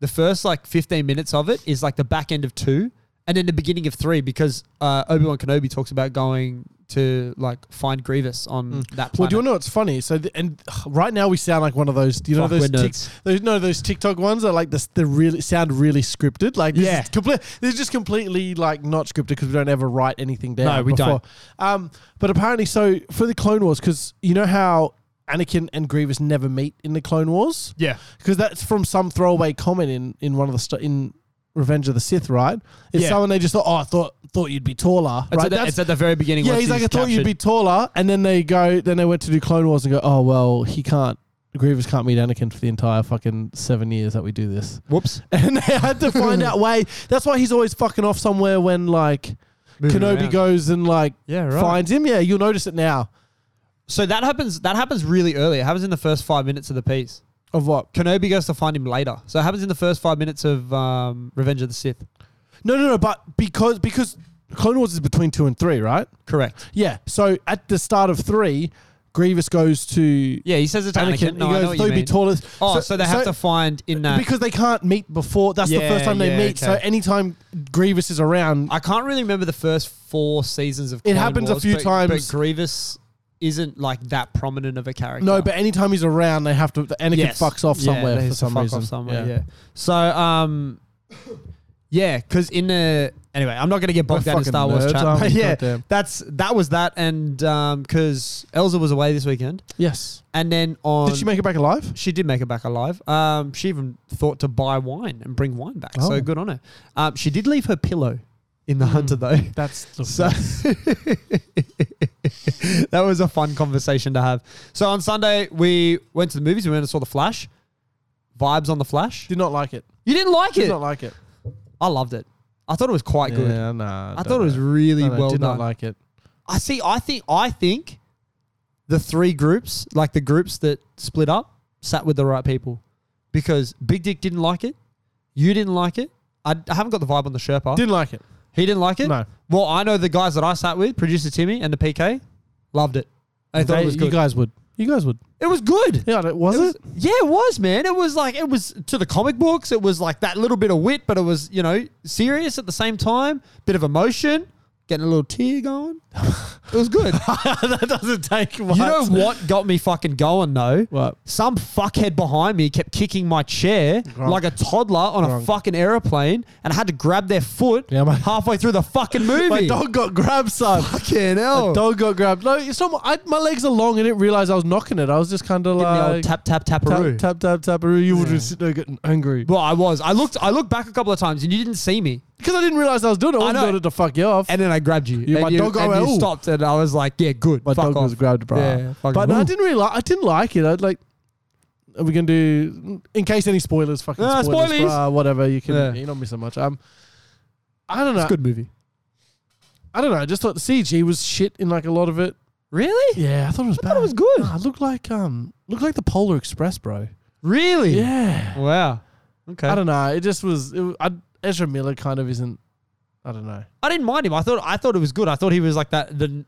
A: the first like 15 minutes of it is like the back end of two and then the beginning of three because uh, Obi-Wan Kenobi talks about going to like find Grievous on that planet.
B: Mm. Well, do you want to know what's funny? So, the, and ugh, right now we sound like one of those. Do you
A: Fuck,
B: know those,
A: we're
B: tic,
A: nerds.
B: those? No, those TikTok ones are like this. They really sound really scripted. Like this
A: Yeah.
B: is complete. This is just completely like not scripted because we don't ever write anything down.
A: No, we don't.
B: Um, but apparently, so for the Clone Wars, because you know how Anakin and Grievous never meet in the Clone Wars.
A: yeah.
B: Because that's from some throwaway comment in in one of the st- in Revenge of the Sith, right? It's
A: Yeah.
B: someone they just thought, oh, I thought thought you'd be taller,
A: It's,
B: right?
A: at the,
B: That's-
A: it's at the very beginning.
B: yeah,
A: once
B: he's like, I thought you'd
A: captured.
B: be taller, and then they go, then they went to do Clone Wars and go, oh well, he can't. Grievous can't meet Anakin for the entire fucking seven years that we do this.
A: Whoops.
B: And they had to find out way. That's why he's always fucking off somewhere when like
A: Moving
B: Kenobi
A: around.
B: goes and like
A: Yeah, right.
B: finds him. Yeah, you'll notice it now.
A: So that happens. That happens really early. It happens in the first five minutes of the piece.
B: Of what?
A: Kenobi goes to find him later. So it happens in the first five minutes of um, Revenge of the Sith.
B: No, no, no. But because because Clone Wars is between two and three, right?
A: Correct.
B: Yeah. So at the start of three, Grievous goes to
A: Yeah, he says it's Anakin.
B: He
A: No, I know
B: goes,
A: what you
B: "Though be
A: mean.
B: tallest."
A: Oh, so, they have to find in that.
B: because they can't meet before. That's the
A: Yeah,
B: first time they
A: yeah,
B: meet. So
A: okay.
B: anytime Grievous is around,
A: I can't really remember the first four seasons of. Clone
B: happens a
A: Wars,
B: few
A: but-
B: times.
A: but Grievous isn't like that prominent of a character.
B: no. But anytime he's around, they have to. Anakin
A: Yes.
B: fucks off
A: Yeah,
B: somewhere
A: they have
B: for
A: to
B: some
A: fuck off
B: reason.
A: somewhere, yeah. So, um, yeah, because in the anyway, I'm not gonna get bogged
B: We're
A: down in
B: fucking
A: Star Wars
B: nerds,
A: chat.
B: aren't we?
A: but yeah,
B: Goddamn.
A: that's that was that, and um, because Elsa was away this weekend,
B: Yes.
A: and then on
B: Did she make it back alive?
A: she did make it back alive. Um, she even thought to buy wine and bring wine back.
B: Oh. Hmm.
A: So good on her. Um, she did leave her pillow in the hunter though.
B: That's
A: So that was a fun conversation to have. So on Sunday we went to the movies. We went and saw The Flash. Vibes on The Flash.
B: did not like it.
A: You didn't like
B: Did
A: it.
B: not like it.
A: I loved it. I thought it was quite good.
B: Yeah, nah.
A: I
B: don't
A: thought it was
B: know.
A: really
B: No, no,
A: well
B: Did
A: done.
B: not like it.
A: I see. I think. I think the three groups, like the groups that split up, sat with the right people, because Big Dick didn't like it. You didn't like it. I, I haven't got the vibe on the Sherpa.
B: Didn't like it.
A: he didn't like it.
B: No.
A: Well, I know the guys that I sat with, producer Timmy and the PK, loved it. They thought
B: They-
A: it was
B: You
A: good.
B: guys would. You guys would.
A: it was good.
B: Yeah, that- was it?
A: was- Yeah, it was, man. It was like it was to the comic books. It was like that little bit of wit, but it was you know serious at the same time. Bit of emotion, getting a little tear going. It was good.
B: that doesn't take much.
A: you know what got me fucking going though?
B: What?
A: Some fuckhead behind me kept kicking my chair like a toddler on a
B: Gronk.
A: fucking aeroplane, and I had to grab their foot
B: Yeah, mate.
A: halfway through the fucking movie.
B: My dog got grabbed, son.
A: Fucking hell.
B: My dog got grabbed. No, it's not. I, my legs are long. I didn't realize I was knocking it. I was just kind of
A: Give me the old
B: like
A: tap tap
B: uh, tap
A: taparoo.
B: tap tap taparoo. You were just sitting there getting angry
A: Well, I was. I looked. I looked back a couple of times, and you didn't see me.
B: because I didn't realize I was doing it. I wasn't
A: know.
B: doing it to fuck you off.
A: and then I grabbed you.
B: You-
A: and
B: my
A: you,
B: dog-
A: and
B: oh,
A: you
B: oh.
A: stopped, and I was like, "Yeah, good."
B: my
A: fuck
B: dog
A: off.
B: was grabbed, bro.
A: Yeah, fucking
B: but no, I
A: ooh.
B: didn't really. I didn't like it. I like. Are we gonna do in case any spoilers? Fucking
A: Ah,
B: spoilers,
A: spoilies.
B: bruh, whatever. You can.
A: Yeah.
B: You're not missing much. Um, I don't know.
A: It's a good movie.
B: I don't know. I just thought the CG was shit in like a lot of it.
A: Really?
B: Yeah, I thought it was
A: I
B: bad.
A: thought it was good.
B: Nah, it looked like um, looked like the Polar Express, bro.
A: Really?
B: Yeah.
A: Wow. Okay.
B: I don't know. It just was. It, I, Ezra Miller kind of isn't. I don't know.
A: I didn't mind him. I thought. I thought it was good. I thought he was like that. The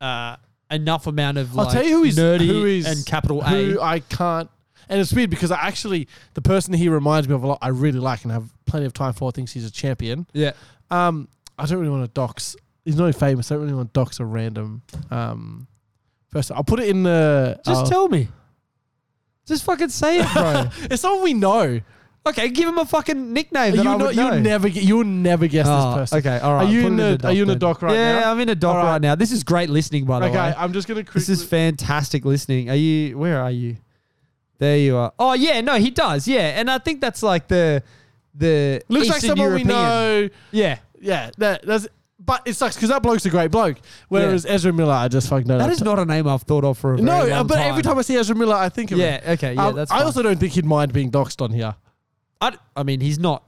A: uh, enough amount of.
B: I'll
A: Like,
B: tell you who he's
A: nerdy
B: who is
A: and capital
B: who
A: A.
B: I can't. And it's weird because I actually the person he reminds me of a lot. I really like and have plenty of time for. Thinks he's a champion.
A: Yeah.
B: Um, I don't really want to dox. He's not famous. I don't really want to dox a random. Um, person. I'll put it in the. uh,
A: Just
B: I'll-
A: tell me. Oh. Just fucking say it, bro.
B: It's someone we know.
A: okay, give him a fucking nickname that
B: You
A: I
B: know,
A: would
B: you
A: know.
B: never get. You'll never guess
A: Oh,
B: this person.
A: Okay, all right.
B: Are you
A: put
B: in
A: it
B: the- are you in the
A: then.
B: doc right
A: yeah,
B: now?
A: I'm in a doc
B: All right.
A: right now. This is great listening, by the
B: Okay,
A: way.
B: I'm just gonna. Quickly,
A: This is fantastic listening. Are you? Where are you? There you are. Oh yeah, no, he does. Yeah, and I think that's like the the
B: looks like
A: Eastern
B: someone
A: European.
B: we know.
A: Yeah,
B: Yeah, that, that's. But it sucks because that bloke's a great bloke. Whereas Ezra Miller, I just fucking know
A: that is not a name I've thought of for a very
B: No,
A: long
B: uh, but
A: time.
B: every time I see Ezra Miller, I think of
A: Yeah.
B: him.
A: Okay. Yeah.
B: Um,
A: that's.
B: I
A: fine.
B: also don't think he'd mind being doxxed on here.
A: I, d- I mean, he's not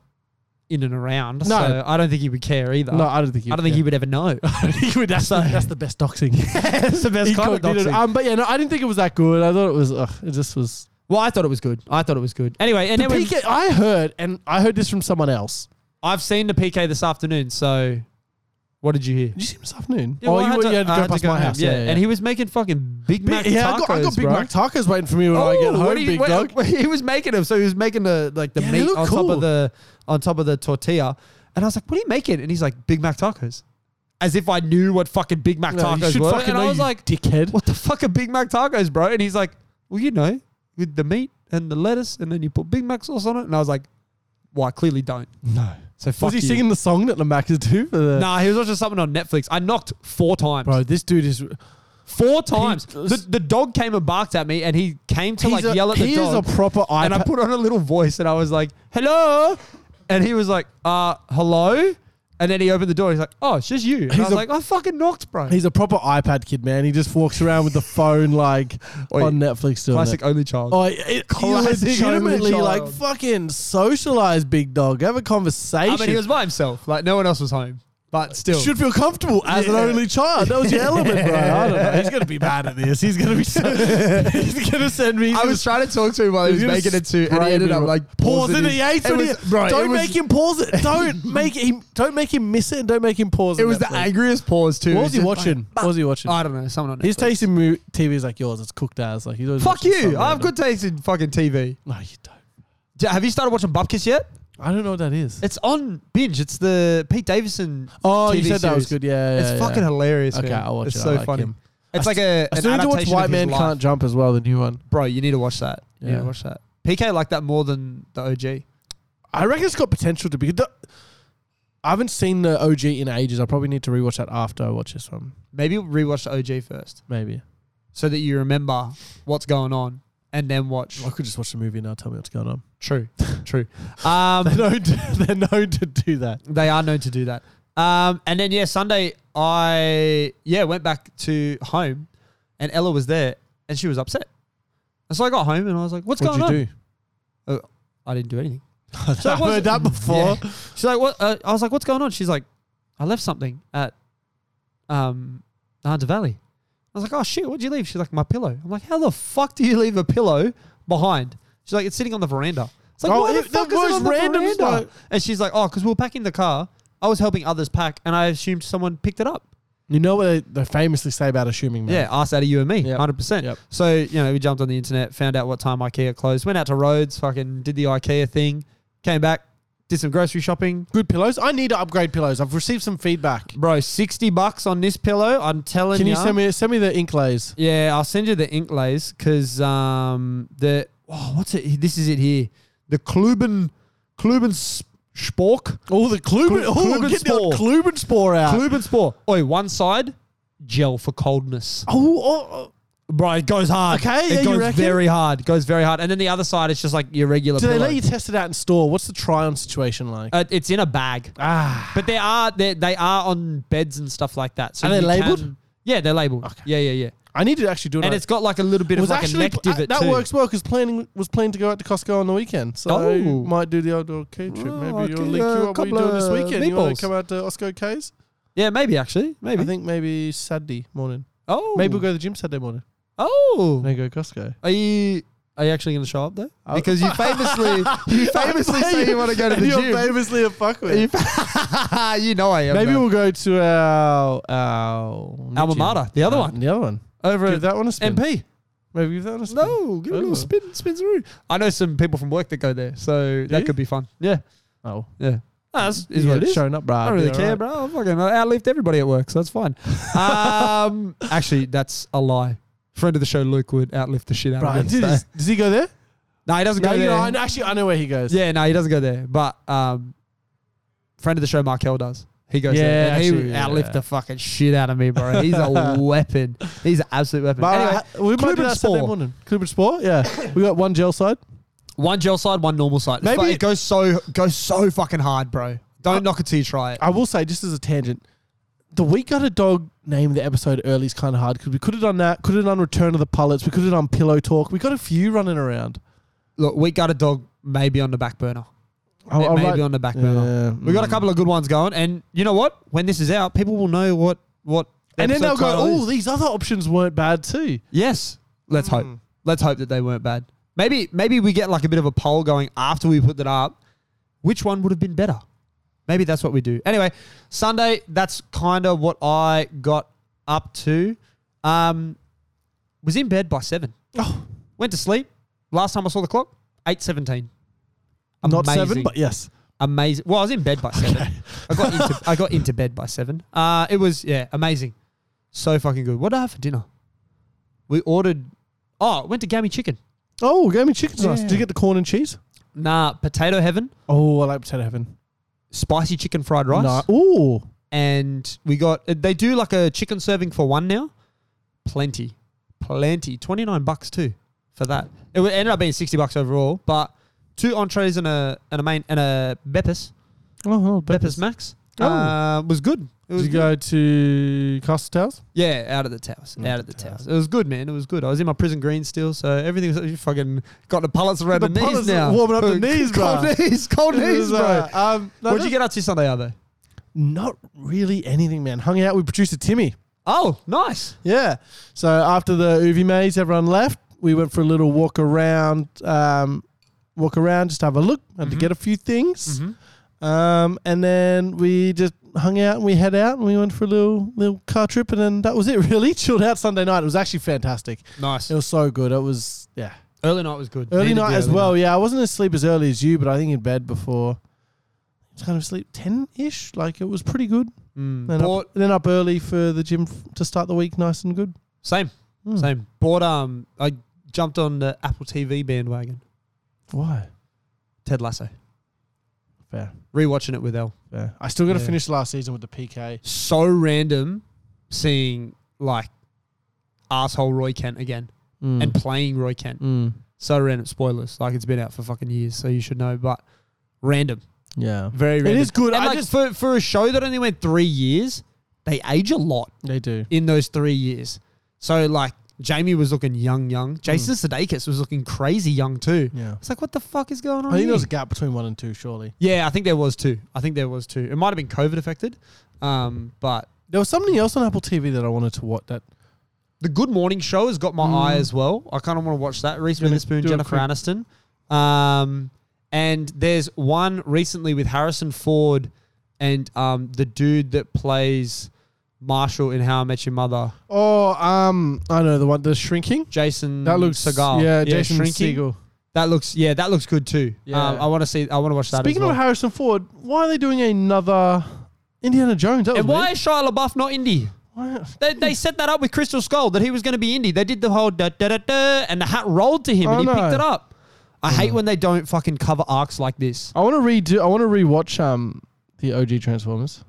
A: in and around,
B: No.
A: so I don't think he would care either.
B: No, I don't think. He'd
A: I don't think he would ever know.
B: he would. That's, the, that's the best doxing.
A: that's the best kind of
B: Incognito.
A: doxing.
B: Um, but yeah, no, I didn't think it was that good. I thought it was. Ugh, it just was.
A: Well, I thought it was good. I thought it was good. Anyway, and
B: The
A: then we-
B: PK, I heard, and I heard this from someone else.
A: I've seen the PK this afternoon. So, what did you hear?
B: Did you see him this afternoon?
A: Yeah,
B: oh,
A: well, I
B: you, were- you had to
A: I
B: go past my
A: home.
B: house.
A: Yeah, and he was making fucking Big Mac tacos.
B: yeah, I got, I got Big
A: bro.
B: Mac tacos waiting for me when I get
A: Oh,
B: home,
A: what do you-
B: big
A: what-
B: dog.
A: He was making them, so he was making the like the
B: Yeah, they
A: meat
B: look
A: on top
B: cool.
A: of the on top of the tortilla, and I was like, "What are you making?" And he's like, "Big Mac tacos," as if I knew what fucking Big Mac
B: No, you
A: tacos
B: should
A: were.
B: fucking
A: And I
B: know,
A: was
B: you
A: like,
B: dickhead.
A: "What the fuck are Big Mac tacos, bro?" And he's like, "Well, you know, with the meat and the lettuce, and then you put Big Mac sauce on it." And I was like, "Well, I clearly don't."
B: No.
A: So fuck
B: Was he
A: you.
B: singing the song that the Maccas do? For the
A: Nah, he was watching something on Netflix. I knocked four times.
B: Bro, this dude is.
A: Four times.
B: does-
A: the, the dog came and barked at me, and he came to like
B: a,
A: yell at the
B: he is
A: dog.
B: a proper iPad.
A: and I put on a little voice, and I was like, "Hello," and he was like, "Uh, hello," And then he opened the door. He's like, "Oh, it's just you." And I
B: He's
A: was
B: a-
A: like, "I fucking knocked, bro."
B: He's a proper iPad kid, man. He just walks around with the phone like
A: Oi.
B: on Netflix. Doing
A: Classic
B: It.
A: only child.
B: Oh, it,
A: Classic
B: Classic legitimately
A: only
B: like
A: child.
B: fucking socialize, big dog. Have a conversation.
A: I mean, he was by himself. Like no one else was home. But still,
B: should feel comfortable as an
A: Yeah.
B: only child. That was your element, bro. I don't know. He's gonna be mad at this. He's gonna be. So, he's gonna send me.
G: I was trying to talk to him while he was
B: He's gonna
G: making it to, and
B: spray
G: he ended
B: me
G: up
B: with-
G: like
B: pause it.
G: pausing
B: He hates
G: It
B: when
G: was,
B: he-
G: bro, it
B: Don't
G: was-
B: make him pause it. Don't make him. Don't make him miss it, and don't make him pause it.
G: It was the
B: Netflix.
G: angriest pause too.
B: What was
G: It's
B: he
G: just
B: watching? What was he watching?
A: Oh, I don't know. Someone on
B: His
A: Netflix.
B: taste in mo- TV is like yours. It's cooked as like he's always
A: Fuck
B: watching
A: you!
B: something
A: I've
B: random.
A: good taste in fucking TV.
B: No, you don't.
A: J- Have you started watching Bupkis yet?
B: I don't know what that is.
A: It's on binge. It's the Pete Davidson.
B: oh, you
A: TV
B: said that was
A: series.
B: good. Yeah, yeah
A: it's
B: yeah.
A: fucking hilarious.
B: Okay,
A: man.
B: I'll watch
A: it's
B: it. I
A: so
B: like
A: funny.
B: him.
A: It's like a.
B: I
A: an
B: still need to watch
A: adaptation of
B: White
A: his
B: Man
A: life.
B: Can't Jump as well, the new one.
A: bro. You need to watch that. You need
B: Yeah.
A: to watch that. PK liked that more than the OG.
B: I reckon it's got potential to be. The, I haven't seen the OG in ages. I probably need to rewatch that after I watch this one.
A: Maybe rewatch the OG first,
B: Maybe
A: so that you remember what's going on, and then watch.
B: I could just watch the movie now. Tell me what's going on.
A: True, true. Um,
B: They're known to, they're known to do that.
A: They are known to do that. Um, and then yeah, Sunday I yeah went back to home, and Ella was there, and she was upset. And so I got home and I was like, "What's
B: What'd
A: going
B: you
A: on?" Uh, I didn't do anything.
B: do?
A: So it
B: I've heard
A: wasn't-
B: that before.
A: Yeah. She's like, "What?" Uh, I was like, "What's going on?" She's like, "I left something at um Narda Valley." I was like, "Oh shit, what'd you leave?" She's like, "My pillow." I'm like, "How the fuck do you leave a pillow behind?" She's like, "It's sitting on the veranda." It's like,
B: Oh,
A: "Why the
B: it-
A: fuck
B: that
A: is it
B: was
A: on the
B: random
A: veranda?"
B: stuff.
A: And she's like, "Oh, because we were packing the car. I was helping others pack, and I assumed someone picked it up."
B: You know what they, they famously say about assuming man.
A: Yeah, asked out of you and me,
B: Yep.
A: hundred percent.
B: Yep.
A: So you know, we jumped on the internet, found out what time IKEA closed, went out to Rhodes, fucking did the IKEA thing, came back, did some grocery shopping,
B: Good pillows. I need to upgrade pillows. I've received some feedback.
A: Bro, sixty bucks on this pillow. I'm telling
B: Can
A: ya.
B: you send me send me the ink lays?
A: Yeah, I'll send you the ink lays because um the oh what's it? This is it here. The Kluben Kluben S- Spork
B: Oh, the Kluben,
A: Klu-
B: oh,
A: Kluben
B: get the old
A: spore.
B: Kluben spore out.
A: Kluben Sport. Oi, one side gel for coldness.
B: Oh, oh, oh.
A: Bro, it goes hard.
B: Okay, yeah,
A: it
B: you
A: goes
B: reckon?
A: very hard. Goes very hard. And then the other side, it's just like your regular.
B: do they
A: pillow.
B: let you test it out in store? What's the try on situation like?
A: uh, it's in a bag.
B: ah,
A: But they are they they are on beds and stuff like that. So
B: Are they
A: you
B: labelled?
A: can- yeah, they're labeled. Yeah, yeah, yeah.
B: I need to actually do it.
A: And
B: on-
A: it's got like a little bit of
B: was
A: like
B: actually
A: a neck divot
B: uh, that
A: too.
B: works well because planning was planning to go out to Costco on the weekend, so
A: Oh.
B: might do the old okay trip.
A: Oh,
B: maybe
A: okay,
B: you'll link
A: uh,
B: you up. What are you
A: couple
B: doing this
A: of
B: weekend? You want
A: meatballs.
B: to come out to Osco K's?
A: Yeah, maybe actually. Maybe.
B: I think maybe Saturday morning.
A: oh,
B: Maybe we'll go to the gym Saturday morning.
A: Oh,
B: Then go to Costco.
A: are you are you actually going to show up there?
B: Oh.
A: Because you famously you famously say you want to go to the
B: You're
A: gym.
B: famously a fuckwit.
A: You fa- you know I am.
B: Maybe
A: man.
B: we'll go to our our
A: alma mater, the other
B: Uh,
A: one
B: The other one.
A: over
B: Give
A: at
B: that one a spin.
A: MP.
B: Maybe give that one a spin.
A: No, give it a
B: Oh.
A: little spin, spin through. I know some people from work that go there, so that
B: you?
A: could be fun. Yeah,
B: Oh,
A: yeah. No, that's is
B: you
A: what
B: got
A: it is.
B: Showing up, bro.
A: I don't really care, bro. I fucking outlived everybody at work, so that's fine. Um, actually, that's a lie. Friend of the show, Luke, would outlift the shit out
B: Bro,
A: of me.
B: did
A: so-
B: this- does he go there?
A: No, he doesn't
B: No,
A: go
B: you
A: there.
B: know, I, actually, I know where he goes.
A: Yeah, no, he doesn't go there. But um, friend of the show, Markel does. He goes
B: Yeah,
A: there. And he
B: actually,
A: would
B: yeah.
A: outlift the fucking shit out of me, bro. He's a weapon. He's an absolute weapon.
B: But uh,
A: anyway,
B: I- we might do
A: Kluber
B: that Saturday
A: Spore.
B: morning. Kluber Sport, yeah. we got one gel side.
A: one gel side, one normal side.
B: Maybe-
A: Maybe it goes so goes so fucking hard, bro. Don't knock it till you try it.
B: I will say, just as a tangent, the we got a dog name the episode early is kind of hard because we could have done that. Could have done Return of the Pullets. We could have done Pillow Talk. We got a few running around.
A: Look, we got a dog maybe on the back burner.
B: I'll-
A: It
B: I'll
A: may
B: write-
A: be on the back burner.
B: Yeah,
A: we got a
B: mm.
A: couple of good ones going, and you know what? When this is out, people will know what what.
B: And then
A: episode
B: they'll go,
A: title is.
B: oh, these other options weren't bad too.
A: Yes. Let's
B: Hmm.
A: hope. Let's hope that they weren't bad. Maybe maybe we get like a bit of a poll going after we put that up. Which one would have been better? Maybe that's what we do. Anyway, Sunday, that's kind of what I got up to. Um, was in bed by seven.
B: Oh.
A: Went to sleep. Last time I saw the clock, eight seventeen.
B: Not seven, but yes.
A: amazing. Well, I was in bed by seven. I got into I got into bed by seven. Uh, it was yeah, amazing, so fucking good. What did I have for dinner? We ordered. Oh, went to Gammy Chicken.
B: Oh, gamey chicken's nice. Did you
A: Yeah.
B: get the corn and cheese?
A: Nah, potato heaven,
B: Oh, I like potato heaven.
A: spicy chicken fried rice,
B: No. Ooh. Oh,
A: and we got. uh, They do like a chicken serving for one now. Plenty, plenty. Twenty nine bucks too for that. It wa- ended up being sixty bucks overall, but two entrees and a and a main and a beppis
B: Oh, oh
A: beppis max. Uh, was good. It was
B: Did you
A: good.
B: go to Castle Towers?
A: Yeah, out of the towers. out of the towers. It was good, man. It was good. I was in my prison green still, so everything was you fucking got the pellets around
B: The
A: the,
B: pellets
A: knees now.
B: warming up the
A: Cold
B: knees, bruh.
A: knees, cold
B: It
A: knees,
B: was,
A: bro.
B: uh, um, no,
A: What'd
B: that-
A: you get up to Sunday, Arvo?
B: Not really anything, man. Hung out with producer Timmy.
A: Oh, nice.
B: Yeah. So after the Uvi maze, everyone left. We went for a little walk around, um, walk around, just have a look, had
A: Mm-hmm.
B: to get a few things, um, and then we just hung out and we head out and we went for a little little car trip, and then that was it. Really chilled out Sunday night. It was actually fantastic.
A: Nice.
B: It was so good. It was yeah.
A: Early night was good.
B: Early
A: Needed
B: night
A: the
B: as
A: early
B: well.
A: night.
B: Yeah, I wasn't asleep as early as you, but I think in bed before. I was Kind of sleep ten ish, like it was pretty good. Then,
A: Mm. Bought-
B: up, then up early for the gym f- to start the week, nice and good.
A: Same.
B: Hmm.
A: Same. Bought um I jumped on the Apple TV bandwagon.
B: Why?
A: Ted Lasso.
B: Fair,
A: Rewatching it with Elle.
B: fair. I still got to
A: Yeah.
B: finish last season with the PK.
A: So random seeing like asshole Roy Kent again
B: Hmm.
A: and playing Roy Kent. So random. Spoilers. Like it's been out for fucking years, so you should know. But random.
B: Yeah,
A: Very random.
B: is good.
A: And
B: I
A: like
B: just-
A: for, for a show that only went three years, they age a lot
B: they do.
A: in those three years. So like Jamie was looking young, young.
B: Hmm.
A: Jason Sudeikis was looking crazy young too.
B: Yeah.
A: It's like what the fuck is going on?
B: I think
A: here?
B: there was a gap between one and two. Surely
A: yeah, I think there was two. I think there was two. It might have been COVID affected, um, but
B: there was something else on Apple TV that I wanted to watch. That
A: the Good Morning Show has got my eye as well. I kind of want to watch that. Reese
B: Do a-
A: Witherspoon,
B: Mm. do a
A: Jennifer
B: quick-
A: Aniston. Um, and there's one recently with Harrison Ford and um, the dude that plays Marshall in How I Met Your Mother,
B: oh, um, I know the one, the shrinking.
A: Jason
B: That looks
A: Segal.
B: Yeah, Jason
A: Mm, Shrinking.
B: Segel.
A: That looks yeah, that looks good too.
B: Yeah.
A: Um, I want to see. I want to watch that.
B: Speaking
A: as well.
B: of Harrison Ford, why are they doing another Indiana Jones? That was
A: and why
B: weird.
A: is Shia LaBeouf not indie?
B: Why-
A: They, they set that up with Crystal Skull that he was going to be indie. They did the whole da da da da, and the hat rolled to him,
B: I
A: and he
B: know.
A: picked it up. I hate when they don't fucking cover arcs like this.
B: I want to redo. I want to rewatch um the OG Transformers.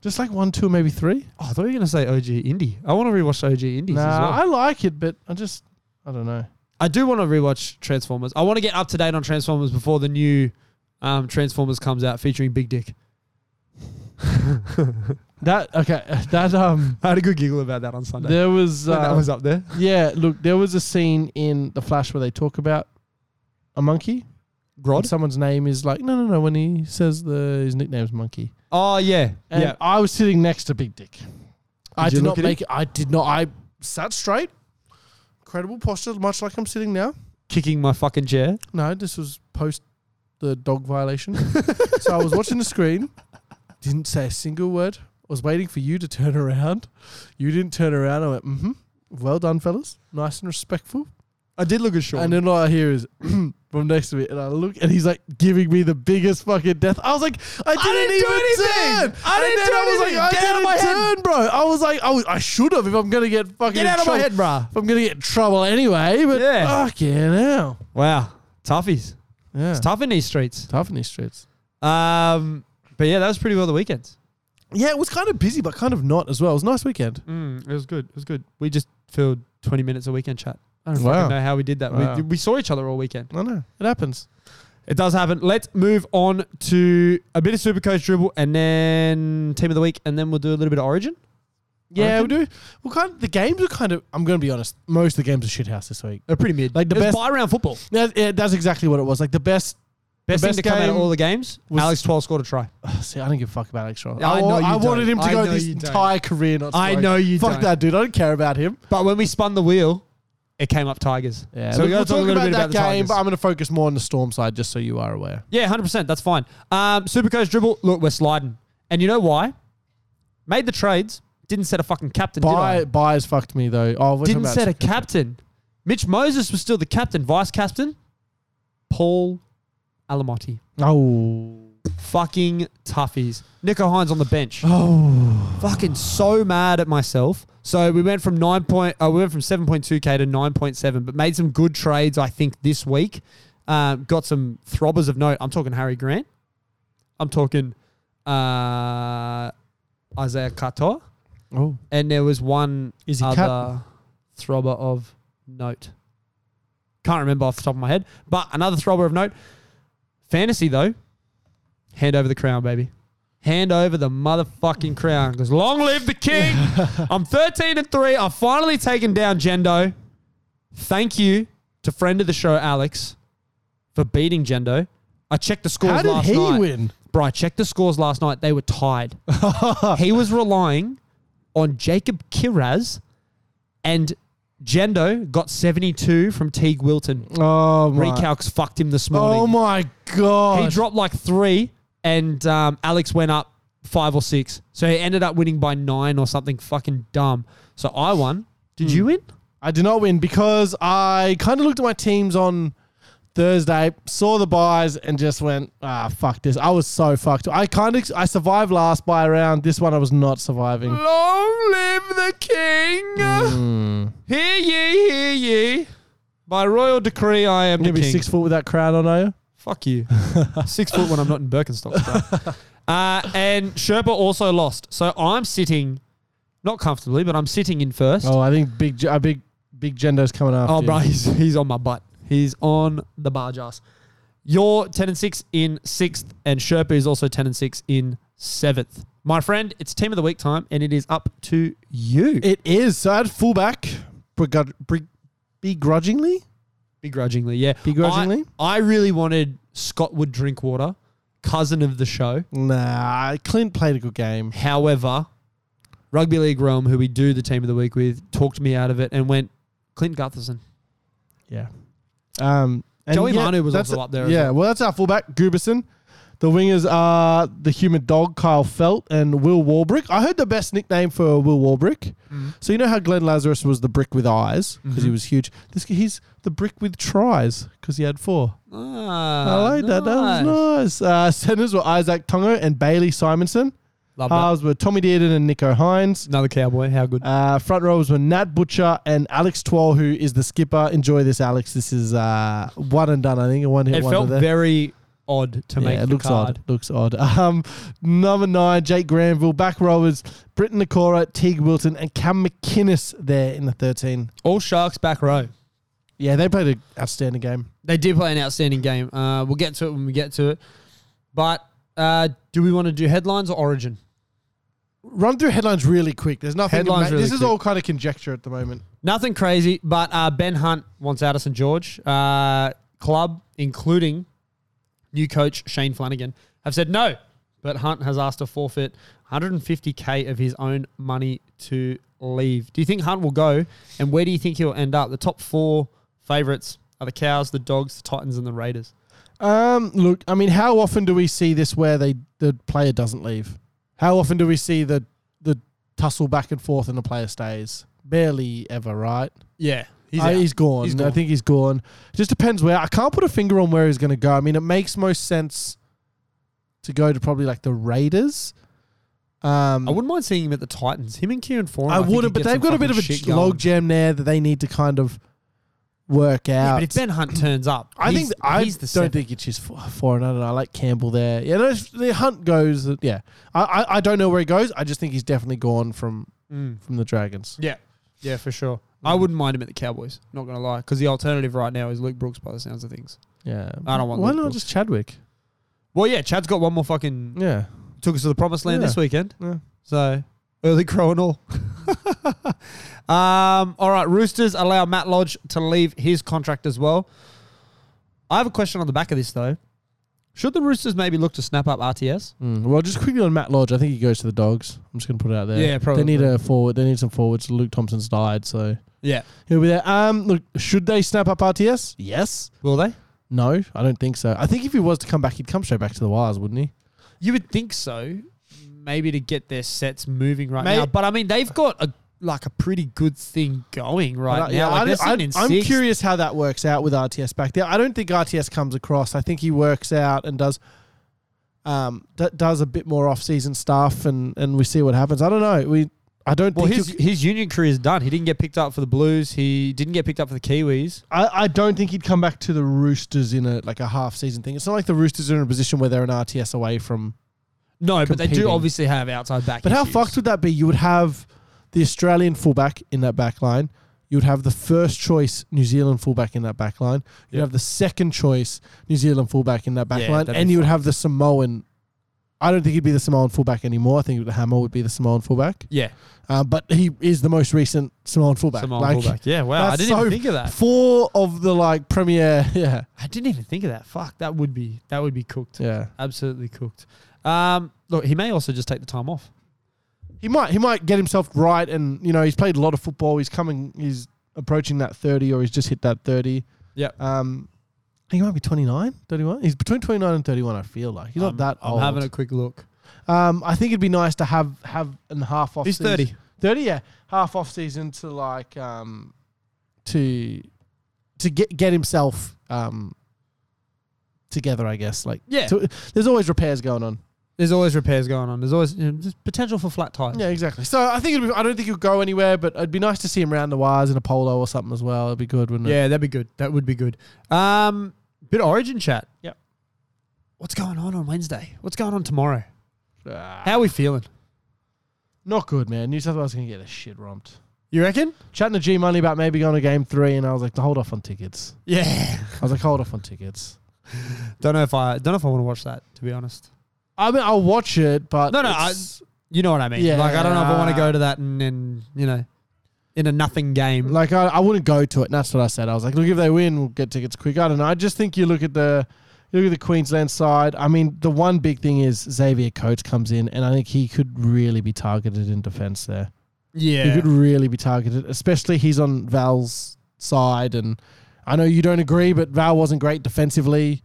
B: Just like one, two, maybe three.
A: Oh, I thought you were going to say OG indie. I want to rewatch OG indies as well.
B: Nah,
A: I,
B: I like it, but I just I don't know.
A: do want to rewatch Transformers. I want to get up to date on Transformers before the new um, Transformers comes out featuring Big Dick.
B: That okay. That um,
A: I had a good giggle about that on Sunday.
B: there was uh,
A: When that was up there.
B: yeah. Look, there was a scene in the Flash where they talk about a monkey. And
A: Grod.
B: someone's name is like no, no, no. When he says the his nickname's Monkey,
A: Oh yeah,
B: and
A: yeah.
B: I was sitting next to Big Dick. I
A: Did you look
B: did not
A: at him?
B: make. I did not. I sat straight, incredible posture, much like I'm sitting now.
A: Kicking my fucking chair.
B: No, this was post the dog violation. so I was watching the screen, didn't say a single word. I was waiting for you to turn around. You didn't turn around. I went, mm hmm. Well done, fellas. Nice and respectful.
A: I did look at Sean.
B: And then all I hear is from next to me, and I look, and he's like giving me the biggest fucking death. I was like, I didn't,
A: didn't do
B: even
A: anything.
B: turn.
A: I
B: And
A: didn't
B: then
A: do
B: I was
A: anything.
B: like, I
A: Get out of
B: didn't
A: my head.
B: turn, bro. I was like, I, was, I should have if I'm gonna get fucking
A: Get
B: in
A: out of my
B: trouble.
A: head, bruh.
B: If I'm gonna get in trouble anyway, but
A: Yeah.
B: fucking hell,
A: Wow, toughies.
B: yeah,
A: It's tough in these streets.
B: tough in these streets.
A: Um, but yeah, that was pretty well the weekend.
B: Yeah, it was kind of busy, but kind of not as well. It was a nice weekend.
A: Mm, it was good. It was good. We just filled 20 minutes a weekend chat. I don't
B: Wow.
A: fucking know how we did that.
B: Wow.
A: We, we saw each other all weekend.
B: I know. It happens.
A: It does happen. Let's move on to a bit of Supercoach dribble and then team of the week, and then we'll do a little bit of Origin.
B: Yeah, we
A: reckon.
B: do. Well, kind of, the games are kind of. I'm going to be honest. Most of the games are shit house this week.
A: They're pretty mid.
B: Like the
A: it was
B: best-
A: buy round football.
B: Yeah, yeah, that's exactly what it was. Like the best.
A: Best,
B: best
A: thing to come out of
B: game
A: all the games.
B: was-
A: Alex Twelve scored a try.
B: See, I don't give a fuck about Alex Shaw.
A: I know you
B: I wanted
A: don't.
B: him to
A: I
B: go
A: know
B: this
A: you don't.
B: entire career. Not.
A: I
B: scoring.
A: know you
B: Fuck
A: don't.
B: that dude. I don't care about him.
A: But when we spun the wheel, it came up Tigers. so we
B: look,
A: got to
B: we'll
A: talk a little bit
B: that
A: about the
B: game,
A: Tigers.
B: but I'm going to focus more on the Storm side, just so you are aware.
A: Yeah, hundred percent. That's fine. Um, Supercoach dribble. Look, we're sliding, and you know why? Made the trades. Didn't set a fucking captain. did I?
B: Buy, buyers fucked me though. Oh, we're talking
A: Didn't
B: about
A: set a captain. Mitch Moses was still the captain, vice captain. Paul Alamotti.
B: Oh,
A: Fucking toughies. Nico Hines on the bench. Oh. Fucking so mad at myself. So we went from nine point uh, we went from seven point two K to nine point seven, but made some good trades, I think, this week. Um, got some throbbers of note. I'm talking Harry Grant. I'm talking uh, Isaiah Kato.
B: oh,
A: And there was one
B: Is he
A: other
B: cut?
A: throbber of note. Can't remember off the top of my head, but another throbber of note. Fantasy though, hand over the crown, baby. Hand over the motherfucking crown. Because long live the king. I'm 13 and 3. I've finally taken down Gendo. Thank you to friend of the show, Alex, for beating Gendo. I checked the scores
B: How did
A: last
B: he
A: night.
B: win?
A: Bro, I checked the scores last night. They were tied.
B: Oh,
A: he was relying on Jacob Kiraz and Gendo got 72 from Teague Wilton.
B: Oh my.
A: Recalcs fucked him this morning.
B: Oh my god.
A: He dropped like three, and um, Alex went up five or six. So he ended up winning by nine or something fucking dumb. So I won. Did you win?
B: I did not win because I kind of looked at my teams on Thursday, saw the buys, and just went, ah, fuck this. I was so fucked. I kind of I survived last buy round. This one I was not surviving.
A: Mm. Long live the king! Hear ye, hear ye. Hmm. By royal decree, I am the
B: You're gonna be
A: king.
B: six foot with that crown on, are you?
A: Fuck you. Six foot when I'm not in Birkenstocks. bro. uh, and Sherpa also lost. So I'm sitting, not comfortably, but I'm sitting in first.
B: Oh, I think big, G- uh, big, big Gendo's coming after.
A: Oh, bro,
B: you.
A: he's, he's on my butt. He's on the bar jars. You're 10 and 6 in sixth, and Sherpa is also 10 and 6 in seventh. My friend, it's team of the week time, and it is up to you.
B: It is. So I had fullback begrud- beg- begrudgingly.
A: Begrudgingly, yeah.
B: Begrudgingly?
A: I, I really wanted Scottwood Drinkwater, cousin of the show.
B: Nah, Clint played a good game.
A: However, Rugby League Realm, who we do the team of the week with, talked me out of it and went Clint Gutherson.
B: Yeah. Um, and
A: Joey Manu was
B: that's
A: also up there as
B: Yeah, well. that's our fullback, Gooberson. The wingers are the human dog, Kyle Felt, and Will Warbrick. I heard the best nickname for Will Warbrick.
A: Mm.
B: So you know how Glenn Lazarus was the brick with eyes because
A: Mm-hmm.
B: he was huge. This guy- he's the brick with tries because he had four. I
A: Ah,
B: like that. That was nice. Uh, centers were Isaac Tongo and Bailey Simonson.
A: Love that.
B: Halves were Tommy Dearden and Nico Hines.
A: Another cowboy. How good?
B: Uh, front rowers were Nat Butcher and Alex Twall, who is the skipper. Enjoy this, Alex. This is uh, one and done. I think a one hit
A: it
B: wonder
A: felt
B: there.
A: very odd to
B: yeah,
A: make
B: it
A: the
B: looks
A: card.
B: odd. Looks odd. Um, number nine, Jake Granville. Back rowers, Britton Nakora, Teague Wilton, and Cam McInnes there in the thirteen.
A: All Sharks back row.
B: Yeah, they played an outstanding game.
A: They did play an outstanding game. Uh, we'll get to it when we get to it. But uh, do we want to do headlines or origin?
B: Run through headlines really quick. There's nothing. to
A: Headlines
B: ma-
A: really
B: this is
A: quick.
B: all kind of conjecture at the moment.
A: Nothing crazy, but uh, Ben Hunt wants out of St George. Uh, club, including new coach Shane Flanagan, have said no, but Hunt has asked to forfeit 150k of his own money to leave. Do you think Hunt will go, and where do you think he'll end up? The top four favourites are the Cows, the Dogs, the Titans, and the Raiders.
B: Um, look, I mean, how often do we see this where they the player doesn't leave? How often do we see the the tussle back and forth and the player stays? Barely ever, right?
A: Yeah, Uh, he's
B: I- he's, gone.
A: He's gone.
B: I think he's gone. Just depends where. I can't put a finger on where he's going to go. I mean, it makes most sense to go to probably like the Raiders. Um,
A: I wouldn't mind seeing him at the Titans. Him and Kieran Foran.
B: I
A: think
B: wouldn't,
A: could
B: but
A: get
B: they've
A: some
B: got a bit of a
A: fucking shit going.
B: logjam there that they need to kind of work
A: Yeah,
B: out.
A: but if Ben Hunt turns up,
B: I
A: he's,
B: think I
A: he's the
B: don't
A: seventh.
B: think it's just for- foreign. I don't know. I like Campbell there. Yeah, no, if the Hunt goes. uh, Yeah, I, I I don't know where he goes. I just think he's definitely gone from
A: Mm.
B: from the Dragons.
A: Yeah, yeah, for sure.
B: Mm.
A: I wouldn't mind him at the Cowboys. Not gonna lie, because the alternative right now is Luke Brooks, by the sounds of things.
B: Yeah,
A: I don't want
B: Why
A: Luke
B: not
A: Brooks.
B: just Chadwick?
A: Well, yeah, Chad's got one more fucking
B: Yeah,
A: took us to the promised land
B: Yeah.
A: this weekend.
B: Yeah.
A: So early crow and all. um, all right, Roosters allow Matt Lodge to leave his contract as well. I have a question on the back of this though. Should the Roosters maybe look to snap up RTS?
B: Mm, Well, just quickly on Matt Lodge, I think he goes to the Dogs. I'm just gonna put it out there.
A: Yeah, probably.
B: They need a forward. They need some forwards. Luke Thompson's died, so
A: Yeah.
B: he'll be there. Um, look, should they snap up RTS? Yes.
A: Will they?
B: No, I don't think so. I think if he was to come back, he'd come straight back to the Wires, wouldn't he?
A: You would think so, maybe to get their sets moving right
B: May-
A: now. But I mean, they've got a like a pretty good thing going right
B: uh, yeah,
A: now. Like,
B: I
A: they're
B: don't-
A: sitting
B: I-
A: in
B: I'm
A: sixth.
B: curious how that works out with RTS back there. I don't think RTS comes across. I think he works out and does um d- does a bit more off-season stuff and and we see what happens. I don't know. We I don't
A: Well,
B: think
A: his
B: he'll-
A: his union career is done. He didn't get picked up for the Blues. He didn't get picked up for the Kiwis.
B: I, I don't think he'd come back to the Roosters in a like a half season thing. It's not like the Roosters are in a position where they're an RTS away from.
A: No, but they do
B: Competing.
A: obviously have outside back.
B: But how
A: issues.
B: fucked would that be? You would have the Australian fullback in that back line. You would have the first choice New Zealand fullback in that back line. You'd
A: Yep.
B: have the second choice New Zealand fullback in that back
A: Yeah,
B: line,
A: that'd
B: and
A: be
B: you would have the Samoan I don't think he'd be the Samoan fullback anymore. I think Hammer would be the Samoan fullback.
A: Yeah.
B: Uh, but he is the most recent Samoan fullback.
A: Samoan fullback. Yeah, wow, I
B: that's
A: didn't even think of that.
B: Four of the like premier. Yeah.
A: I didn't even think of that. Fuck, that would be that would be cooked.
B: Yeah.
A: Absolutely cooked. Um, look, he may also just take the time off.
B: He might he might get himself right and you know, he's played a lot of football. He's coming he's approaching that 30 or he's just hit that 30.
A: Yeah.
B: Um he might be 29, 31. He's between 29 and 31 I feel like. He's not that
A: I'm
B: old.
A: having a quick look.
B: Um, I think it'd be nice to have have an half off.
A: He's
B: season.
A: 30.
B: Thirty, yeah, half off season to like um, to to get get himself um together. I guess like
A: Yeah.
B: to- there's always repairs going on.
A: There's always repairs going on. There's always you know, there's potential for flat tires.
B: Yeah, exactly. So I think it'd be, I don't think he'll go anywhere, but it'd be nice to see him round the wires in a polo or something as well. It'd be good, wouldn't it?
A: Yeah, that'd be good. That would be good. Um, bit of Origin chat.
B: Yep.
A: What's going on on Wednesday? What's going on tomorrow?
B: Yeah,
A: How are we feeling?
B: Ah, not good, man. New South Wales gonna get a shit romped.
A: You reckon?
B: Chatting to G Money about maybe going to game three, and I was like, hold off on tickets.
A: Yeah.
B: I was like, hold off on tickets.
A: Don't know if I don't know if I want to watch that. To be honest.
B: I mean, I'll watch it, but
A: No, no, I-
B: Uh, it's-
A: You know what I mean?
B: Yeah.
A: Like I don't know if I want to go to that and, and you know, in a nothing game.
B: Like I, I wouldn't go to it. And that's what I said. I was like, look, if they win, we'll get tickets quick. I don't know. I just think you look at the you look at the Queensland side. I mean, the one big thing is Xavier Coates comes in, and I think he could really be targeted in defence there. He
A: yeah.
B: could really be targeted, especially he's on Val's side, and I know you don't agree, but Val wasn't great defensively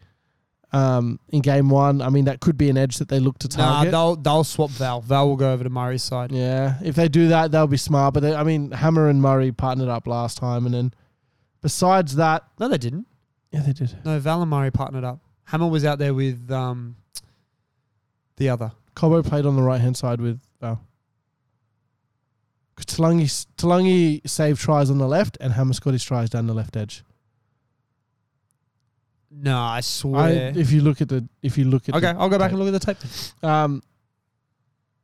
B: um, in game one. I mean, that could be an edge that they look to
A: Nah,
B: target.
A: they'll they'll swap Val. Val will go over to Murray's side.
B: Yeah, if they do that, they'll be smart. But they, I mean, Hammer and Murray partnered up last time, and then besides that,
A: No, they didn't.
B: yeah, they did.
A: No, Val and Murray partnered up. Hammer was out there with um, the other.
B: Cobo played on the right hand side with Val. 'Cause Talangi Talangi saved tries on the left, and Hammer scored his tries down the left edge.
A: No, I
B: I,
A: swear.
B: if you look at the, if you look at
A: okay, I'll go back and
B: tape.
A: look at the tape. then.
B: the, um,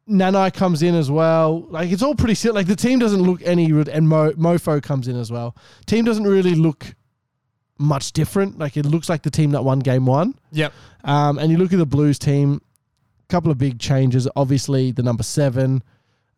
B: Nanai comes in as well. Like it's all pretty si- like the team doesn't look any, re- and Mo, Mofo comes in as well. Team doesn't really look much different. Like it looks like the team that won game one.
A: Yep.
B: Um, and you look at the Blues team, a couple of big changes. Obviously, the number seven,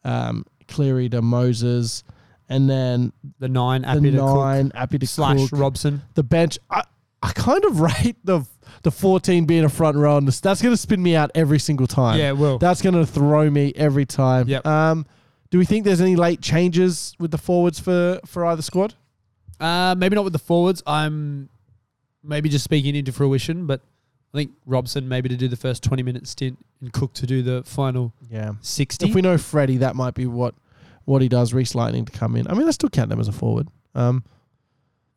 B: um, Cleary to Moses, and then
A: The nine,
B: the
A: Appy to Cook,
B: nine, Appy to
A: slash
B: Cook.
A: Robson.
B: the bench. I, I kind of rate the the 14 being a front row. On this. That's going to spin me out every single time.
A: Yeah, it will.
B: That's going to throw me every time.
A: Yep.
B: Um, do we think there's any late changes with the forwards for, for either squad?
A: Uh, maybe not with the forwards. I'm maybe just speaking into fruition, but I think Robson maybe to do the first 20 minute stint and Cook to do the final
B: Yeah.
A: 60.
B: If we know Freddie, that might be what what he does. Reese Lightning to come in. I mean, I still count them as a forward. Um,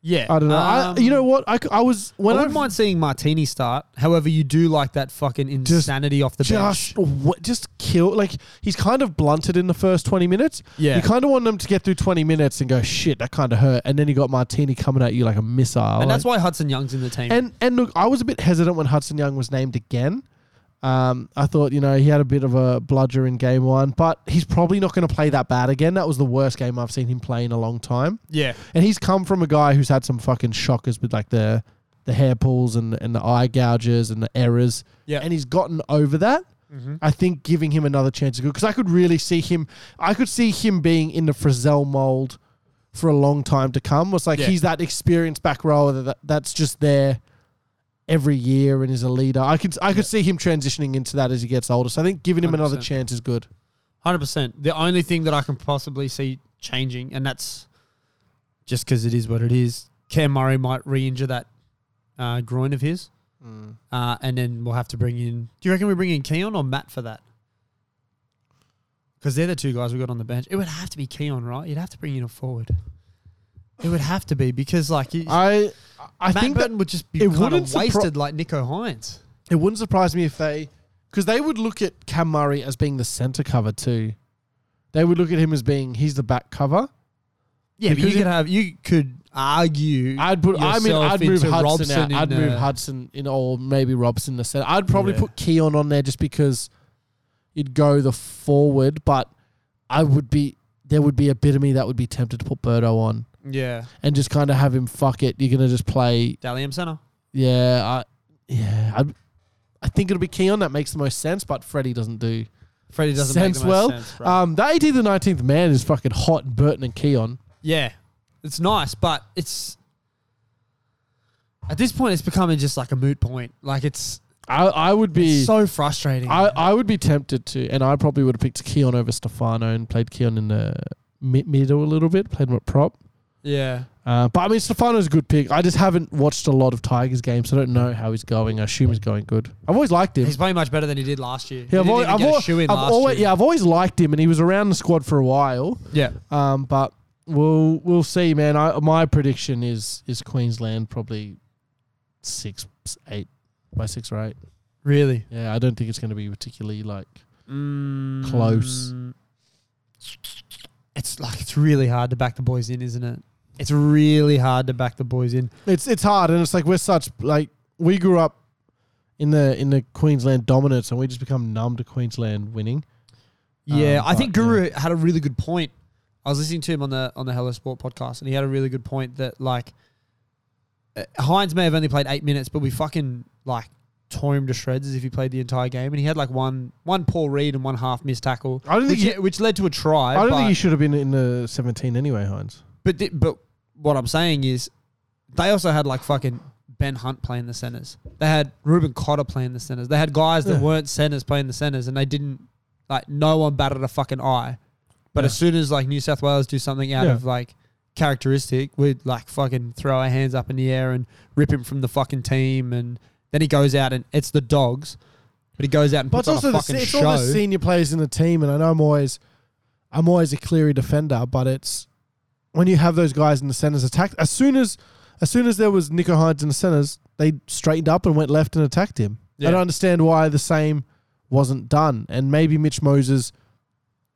A: yeah.
B: I don't know. I, you know what? I, c- I was
A: Um, I
B: when I,
A: wouldn't mind seeing Martini start. However, you do like that fucking
B: Just-
A: insanity off the
B: just
A: bench.
B: what just kill like he's kind of blunted in the first twenty minutes.
A: Yeah.
B: you kind of want them to get through twenty minutes and go shit that kind of hurt, and then you got Martini coming at you like a missile.
A: And that's
B: like-
A: why Hudson Young's in the team.
B: And and look, I was a bit hesitant when Hudson Young was named again. Um, I thought you know he had a bit of a bludger in game one, but he's probably not going to play that bad again. That was the worst game I've seen him play in a long time.
A: yeah.
B: And he's come from a guy who's had some fucking shockers with like the the hair pulls and, and the eye gouges and the errors.
A: Yeah. Mm-hmm.
B: And he's gotten over that. I think giving him another chance is good because I could really see him. I could see him being in the Frizzell mold for a long time to come. It's like
A: Yeah.
B: he's that experienced back rower that, that's just there every year and is a leader. I could I could see him transitioning into that as he gets older. So I think giving him another
A: 100%.
B: chance is good.
A: Hundred percent. The only thing that I can possibly see changing, and that's just because it is what it is. Cam Murray might re-injure that uh, groin of his, uh, and then we'll have to bring in. Do you reckon we bring in Keon or Matt for that? Because they're the two guys we got on the bench. It would have to be Keon, right? You'd have to bring in a forward. It would have to be because like you,
B: I I
A: Matt
B: think that
A: Burton would just be
B: it
A: kind
B: wouldn't
A: of
B: surpri-
A: wasted like Nico Hines.
B: It wouldn't surprise me if they, because they would look at Cam Murray as being the center cover too. They would look at him as being he's the back cover.
A: Yeah, but
B: Because
A: you
B: it-
A: could have you could argue.
B: I'd put. I mean,
A: yourself
B: I'd move
A: into
B: Hudson
A: Robson
B: out.
A: in
B: I'd move
A: a-
B: Hudson in, or maybe Robson in the center. I'd probably
A: Yeah.
B: put Keon on there just because you'd go the forward, but I would be. There would be a bit of me that would be tempted to put Birdo on
A: Yeah,
B: and just kind of have him fuck it. You're gonna just play
A: Dalian Center.
B: Yeah, I, yeah, I'd, I think it'll be Keon that makes the most sense, but Freddie doesn't do
A: Freddie doesn't
B: sense
A: make the most
B: well.
A: sense, bro.
B: um, the 18th and 19th man is fucking hot. Burton and Keon.
A: yeah, it's nice, but it's at this point it's becoming just like a moot point. Like it's,
B: I, I would be
A: it's so frustrating.
B: I, I would be tempted to, and I probably would have picked Keon over Stefano and played Keon in the mi- middle a little bit, played him at prop.
A: yeah,
B: Uh, but I mean, Stefano's a good pick. I just haven't watched a lot of Tigers games, so I don't know how he's going. I assume he's going good. I've always liked him.
A: he's playing much better than he did last year.
B: Yeah,
A: he
B: I've
A: didn't
B: always,
A: even
B: I've
A: get a
B: always,
A: shoe in
B: I've
A: last
B: always-
A: year.
B: yeah, I've always liked him, and he was around the squad for a while.
A: Yeah,
B: Um, but we'll we'll see, man. I, my prediction is is Queensland probably six, eight by six or eight.
A: really
B: Yeah, I don't think it's going to be particularly like Mm. close.
A: It's like it's really hard to back the boys in, isn't it? It's really hard to back the boys in.
B: It's it's hard, and it's like we're such like we grew up in the in the Queensland dominance, and we just become numb to Queensland winning.
A: Yeah,
B: Um,
A: I
B: but,
A: think Guru had a really good point. I was listening to him on the on the Hello Sport podcast, and he had a really good point that like uh, Hines may have only played eight minutes, but we fucking like tore him to shreds as if he played the entire game, and he had like one one poor read and one half missed tackle,
B: I don't think
A: which,
B: you-
A: which led to a try.
B: I don't
A: but,
B: think you should have been in the seventeen anyway, Hines.
A: but thi- but what I'm saying is, they also had like fucking Ben Hunt playing the centers. They had Ruben Cotter playing the centers. They had guys that
B: Yeah.
A: weren't centers playing the centers, and they didn't like no one batted a fucking eye. But as soon as like New South Wales do something out
B: Yeah.
A: of like characteristic, we'd like fucking throw our hands up in the air and rip him from the fucking team. And then he goes out and it's the dogs, but he goes out and
B: But
A: puts
B: it's
A: on
B: also
A: a
B: the,
A: fucking
B: se- it's
A: show.
B: all the senior players in the team, and I know I'm always, I'm always a Cleary defender, but it's when you have those guys in the centers attacked. As soon as, as soon as there was Nico Hines in the centers, they straightened up and went left and attacked him.
A: Yeah.
B: I don't understand why the same wasn't done, and maybe Mitch Moses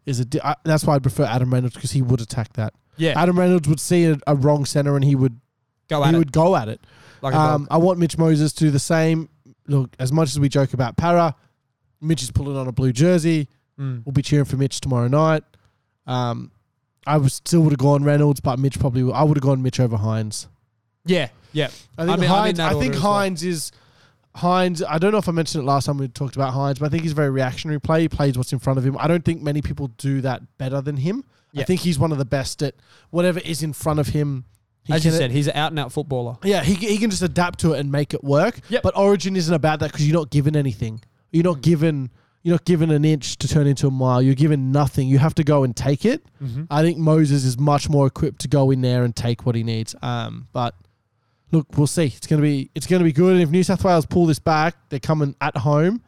B: is a. Di- I, that's why I prefer Adam Reynolds because he would attack that.
A: yeah,
B: Adam Reynolds would see a, a wrong center and he would
A: go
B: he
A: at it
B: would go at it.
A: like a dog.
B: Um, I want Mitch Moses to do the same. Look, as much as we joke about Para, Mitch is pulling on a blue jersey.
A: Mm.
B: We'll be cheering for Mitch tomorrow night. Um, I was still would have gone Reynolds, but Mitch probably would- I would have gone Mitch over Hines.
A: Yeah, yeah.
B: I think
A: mean- I'm in
B: Hines.
A: that
B: I,
A: order
B: think
A: as well.
B: Hines is Hines. I don't know if I mentioned it last time we talked about Hines, but I think he's a very reactionary player. He plays what's in front of him. I don't think many people do that better than him.
A: Yeah.
B: I think he's one of the best at whatever is in front of him. He
A: As you
B: can-
A: said, he's an out and out footballer.
B: yeah, he, he can just adapt to it and make it work.
A: Yep.
B: But Origin isn't about that because you're not given anything. You're not given you're not given an inch to turn into a mile. You're given nothing. You have to go and take it. I think Moses is much more equipped to go in there and take what he needs. Um, but look, we'll see. It's gonna be it's gonna be good. And if New South Wales pull this back, they're coming at home.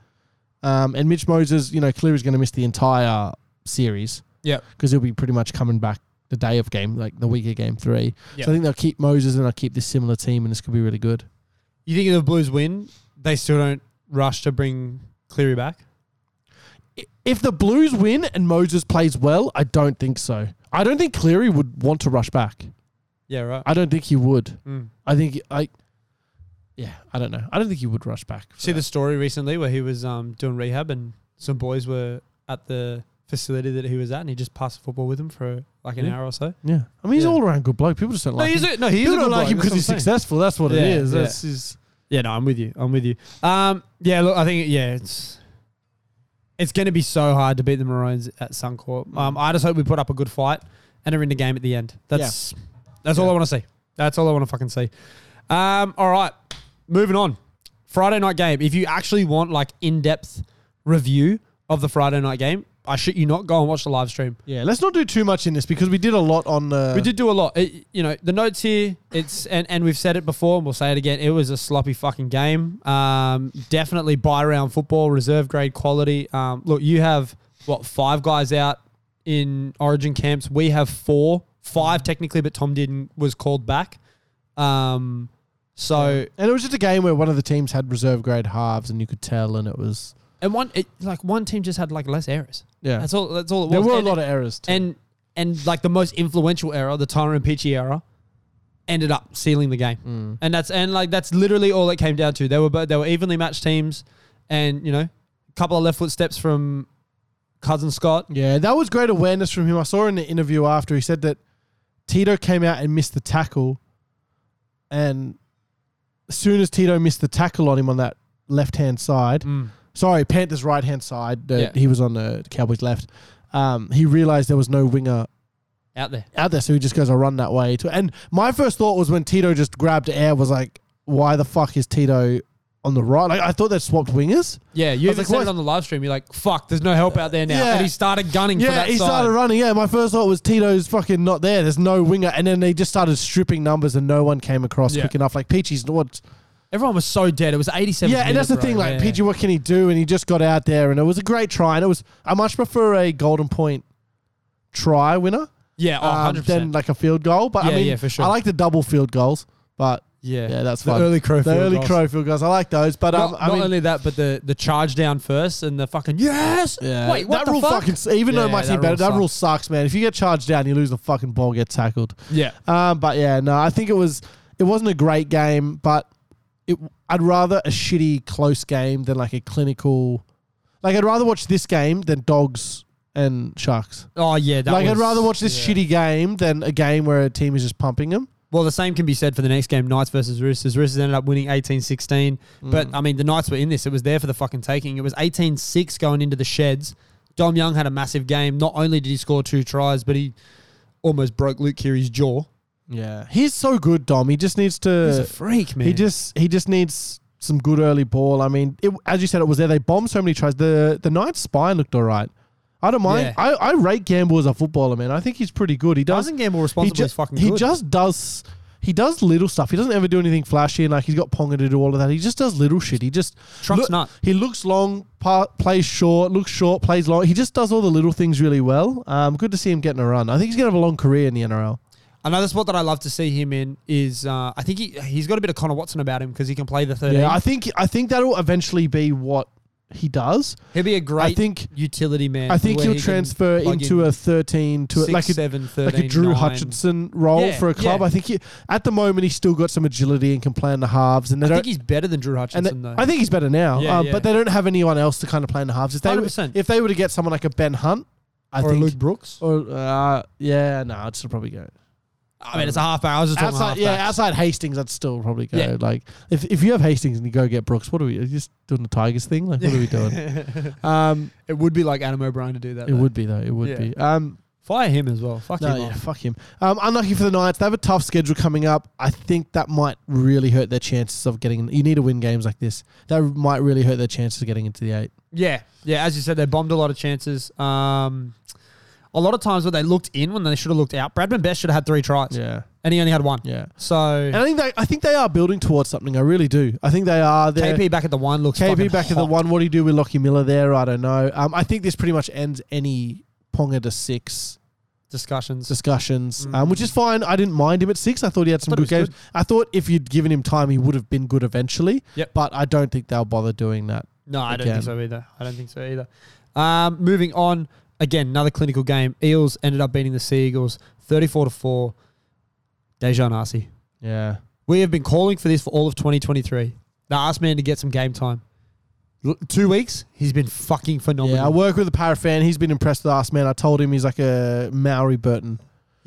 B: Um, and Mitch Moses, you know, clearly is going to miss the entire series
A: Yeah.
B: because he'll be pretty much coming back the day of game, like the week of game three.
A: Yeah.
B: So I think they'll keep Moses and they'll keep this similar team, and this could be really good.
A: You think if the Blues win, they still don't rush to bring Cleary back?
B: If the Blues win and Moses plays well, I don't think so. I don't think Cleary would want to rush back.
A: Yeah, right.
B: I don't think he would.
A: Mm.
B: I think I, yeah, I don't know. I don't think he would rush back. for
A: See the
B: that.
A: story recently where he was um, doing rehab and some boys were at the facility that he was at and he just passed the football with them for like an
B: Yeah.
A: hour or so.
B: Yeah, I mean he's
A: Yeah.
B: all around good bloke. People just don't like him.
A: no, he
B: People don't like him because he's successful. That's what
A: Yeah,
B: it is.
A: yeah.
B: That's his.
A: Yeah, no, I'm with you. I'm with you. Um, yeah, look, I think yeah, it's it's going to be so hard to beat the Maroons at Suncorp. Um, I just hope we put up a good fight and are in the game at the end. That's that's all I want to see. That's all I want to fucking see. Um, all right, moving on. Friday night game. If you actually want like in depth review of the Friday night game, I shit you not, go and watch the live stream.
B: Yeah, let's not do too much in this because we did a lot on the.
A: We did do a lot. It, you know, the notes here, it's and, and we've said it before and we'll say it again. It was a sloppy fucking game. Um, definitely buy round football, reserve grade quality. Um, look, you have what, five guys out in origin camps. We have four. Five technically, but Tom didn't was called back. Um, so
B: Oh, And it was just a game where one of the teams had reserve grade halves, and you could tell, and it was
A: and one it, like one team just had like less errors.
B: yeah.
A: That's all that's all it was.
B: there were a
A: And-
B: lot of errors. Too.
A: and and like the most influential era, the Tyrone Peachy era, ended up sealing the game.
B: Mm.
A: And that's and like that's literally all it came down to. They were bo- they were evenly matched teams, and you know, a couple of left foot steps from cousin Scott.
B: yeah, that was great awareness from him. I saw in the interview after he said that Tito came out and missed the tackle, and as soon as Tito missed the tackle on him on that left hand side.
A: Mm.
B: Sorry, Panthers right hand side. The,
A: Yeah.
B: He was on the Cowboys left. Um, he realized there was no winger
A: out there.
B: out there, so he just goes, "I run that way." To and my first thought was when Tito just grabbed air, was like, "Why the fuck is Tito on the right?" Like I thought they swapped wingers.
A: Yeah, you even
B: I was like,
A: said
B: why-
A: it on the live stream. You're like, "Fuck, there's no help out there now,"
B: Yeah.
A: and he started gunning for
B: Yeah,
A: that
B: he
A: side.
B: started running. Yeah, my first thought was Tito's fucking not there. There's no winger, and then they just started stripping numbers, and no one came across
A: Yeah.
B: quick enough. Like Peachy's what?
A: Everyone was so dead. It was 87.
B: Yeah, and that's the thing. Like
A: yeah.
B: Peachy, what can he do? And he just got out there, and it was a great try. And it was I much prefer a golden point try winner
A: Yeah, oh,
B: um,
A: 100%.
B: than like a field goal. But I
A: Yeah,
B: mean,
A: yeah, for sure.
B: I like the double field goals, but
A: yeah,
B: Yeah, that's
A: the
B: fun.
A: early crow.
B: The
A: field
B: early
A: goals.
B: crow field goals. I like those, but um,
A: not
B: I
A: not
B: mean,
A: only that, but the the charge down first and the fucking yes.
B: yeah,
A: Wait, what
B: that
A: the
B: rule
A: fuck?
B: fucking. s- Even though
A: Yeah,
B: my
A: that
B: team
A: rule
B: better, that
A: sucks.
B: rule sucks, man. If you get charged down, you lose the fucking ball, get tackled.
A: yeah,
B: Um, but yeah, no, I think it was. It wasn't a great game, but it. I'd rather a shitty close game than like a clinical. Like I'd rather watch this game than dogs and sharks.
A: oh yeah. That
B: like I'd
A: was-
B: rather watch this
A: yeah.
B: shitty game than a game where a team is just pumping them.
A: Well, the same can be said for the next game, Knights versus Roosters. Roosters ended up winning 18-16.
B: Mm.
A: But, I mean, the Knights were in this. It was there for the fucking taking. It was 18-6 going into the sheds. Dom Young had a massive game. Not only did he score two tries, but he almost broke Luke Keary's jaw.
B: Yeah, he's so good, Dom. He just needs to.
A: He's a freak, man.
B: Uh, He just he just needs some good early ball. I mean, it, as you said, it was there. They bombed so many tries. The the Knights spine looked all right. I don't mind.
A: Yeah.
B: I, I rate Gamble as a footballer, man. I think he's pretty good. He does.
A: Doesn't gamble
B: he,
A: responsibly
B: ju-
A: is fucking
B: he
A: good.
B: just does. He does little stuff. He doesn't ever do anything flashy, and like he's got Ponga to do all of that. He just does little shit. He just
A: Trucks nut.
B: He looks long, pa- plays short, looks short, plays long. He just does all the little things really well. Um, good to see him getting a run. I think he's gonna have a long career in the NRL.
A: Another spot that I love to see him in is uh, I think he, he's got a bit of Connor Watson about him because he can play the 13.
B: Yeah, I think I think that'll eventually be what he does.
A: He'll be a great
B: I think-
A: utility man.
B: I think
A: where
B: he'll
A: he can
B: transfer
A: plug
B: into
A: in
B: a 13 to a
A: six,
B: like a
A: seven,
B: like
A: 13,
B: a Drew
A: nine.
B: Hutchinson role
A: Yeah,
B: for a club.
A: yeah.
B: I think he, at the moment he's still got some agility and can play in the halves. And they
A: I
B: don't.
A: think he's better than Drew
B: and they-
A: Hutchinson, though.
B: I think he's better now.
A: Yeah,
B: um,
A: yeah.
B: But they don't have anyone else to kind of play in the halves. If they were,
A: 100%.
B: if they were to get someone like a Ben Hunt, I
A: or a
B: think.
A: Luke Brooks.
B: or uh, yeah, no, I'd still probably go
A: I mean, it's a halfback. I was just talking
B: outside.
A: about
B: Yeah,
A: halfbacks.
B: outside Hastings, I'd still probably go.
A: Yeah.
B: Like if, if you have Hastings and you go get Brooks, what are we? Are you just doing the Tigers thing? Like what are we doing? um,
A: It would be like Adam O'Brien to do that.
B: it
A: though.
B: would be though. It would
A: Uh, Yeah.
B: be. Um,
A: fire him as well. Fuck
B: No,
A: him.
B: yeah,
A: off.
B: fuck him. Um, unlucky for the Knights. They have a tough schedule coming up. I think that might really hurt their chances of getting. You need to win games like this. That might really hurt their chances of getting into the eight.
A: Yeah, yeah. As you said, they bombed a lot of chances. Um, a lot of times when they looked in when they should have looked out. Bradman Best should have had three tries,
B: Yeah,
A: and he only had one.
B: yeah.
A: So
B: And I think they, I think they are building towards something. I really do. I think they are. They're-
A: KP back at the one looks
B: KP
A: fucking
B: back at the
A: hot.
B: one. What do you do with Lockie Miller there? I don't know. Um, I think this pretty much ends any Ponga to six
A: discussions.
B: discussions, um, which is fine. I didn't mind him at six. I thought he had some
A: Mm. Thought he
B: good games.
A: was
B: I thought if you'd given him time, he would have been good eventually.
A: Yep.
B: But I don't think they'll bother doing that.
A: No, I don't
B: again.
A: think so either. I don't think so either. Um, moving on again, another clinical game. Eels ended up beating the Seagulls, thirty-four to four. Dejan Arce.
B: Yeah.
A: We have been calling for this for all of 2023. They asked man to get some game time. L- two weeks, he's been fucking
B: Yeah, I
A: phenomenal.
B: work with a para fan. He's been impressed with us, man. I told him he's like a Maori Burton.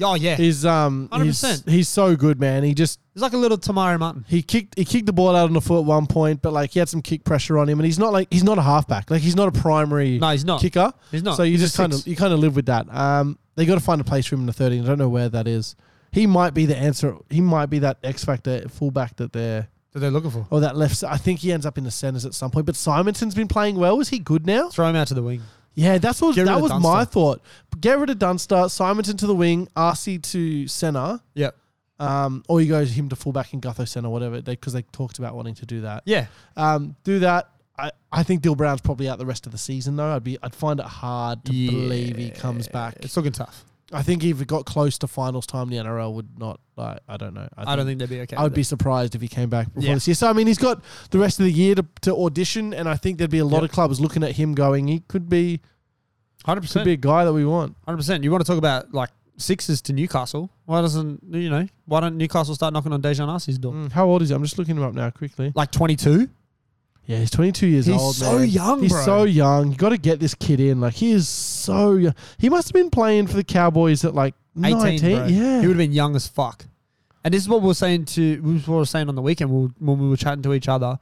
A: oh yeah, he's
B: He's um, he's
A: 100%.
B: he's so good, man. He just
A: like a little Tamari Martin.
B: he kicked he kicked the ball out on the foot at one point, but like he had some kick pressure on him, and he's not like he's not a halfback. Like he's not a primary
A: No, he's not.
B: kicker.
A: He's not.
B: So you
A: He's a
B: just kind of
A: six.
B: you kind of live with that. Um, they got to find a place for him in the thirteen. I don't know where that is. He might be the answer. He might be that X factor fullback that they're
A: That they're looking for.
B: or that left. s- I think he ends up in the centers at some point. But Simonson's been playing well. Is he good now?
A: Throw him out to the wing.
B: Yeah, that's what
A: Get rid
B: that
A: of
B: was my
A: Dunster.
B: thought. Get rid of Dunster, Simonton to the wing, RC to center,
A: Yep.
B: um, or you go him to fullback and Gutho center, whatever, because they, talked about wanting to do that.
A: Yeah.
B: Um, do that. I, I think Dill Brown's probably out the rest of the season though. I'd be I'd find it hard to believe he comes back.
A: It's looking tough.
B: I think if it got close to finals time, the NRL would not like. I don't know.
A: I don't think they'd be okay.
B: I would
A: with
B: be
A: it.
B: surprised if he came back before
A: Yeah.
B: this year. So I mean, he's got the rest of the year to, to audition, and I think there'd be a lot
A: Yep.
B: of clubs looking at him going, he could be could
A: 100%.
B: be a guy that we want.
A: 100%. You want to talk about like sixes to Newcastle? Why doesn't, you know, why don't Newcastle start knocking on Dejan Arce's door?
B: Mm, How old is he? I'm just looking him up now quickly.
A: Like 22?
B: Yeah, he's 22 years
A: He's
B: old.
A: so
B: man.
A: young,
B: He's
A: bro.
B: so young. You got to get this kid in. Like he is so young. He must have been playing for the Cowboys at like
A: 18,
B: 19.
A: bro.
B: Yeah.
A: He would have been young as fuck. And this is what we were saying to we were saying on the weekend when we were- when we were chatting to each other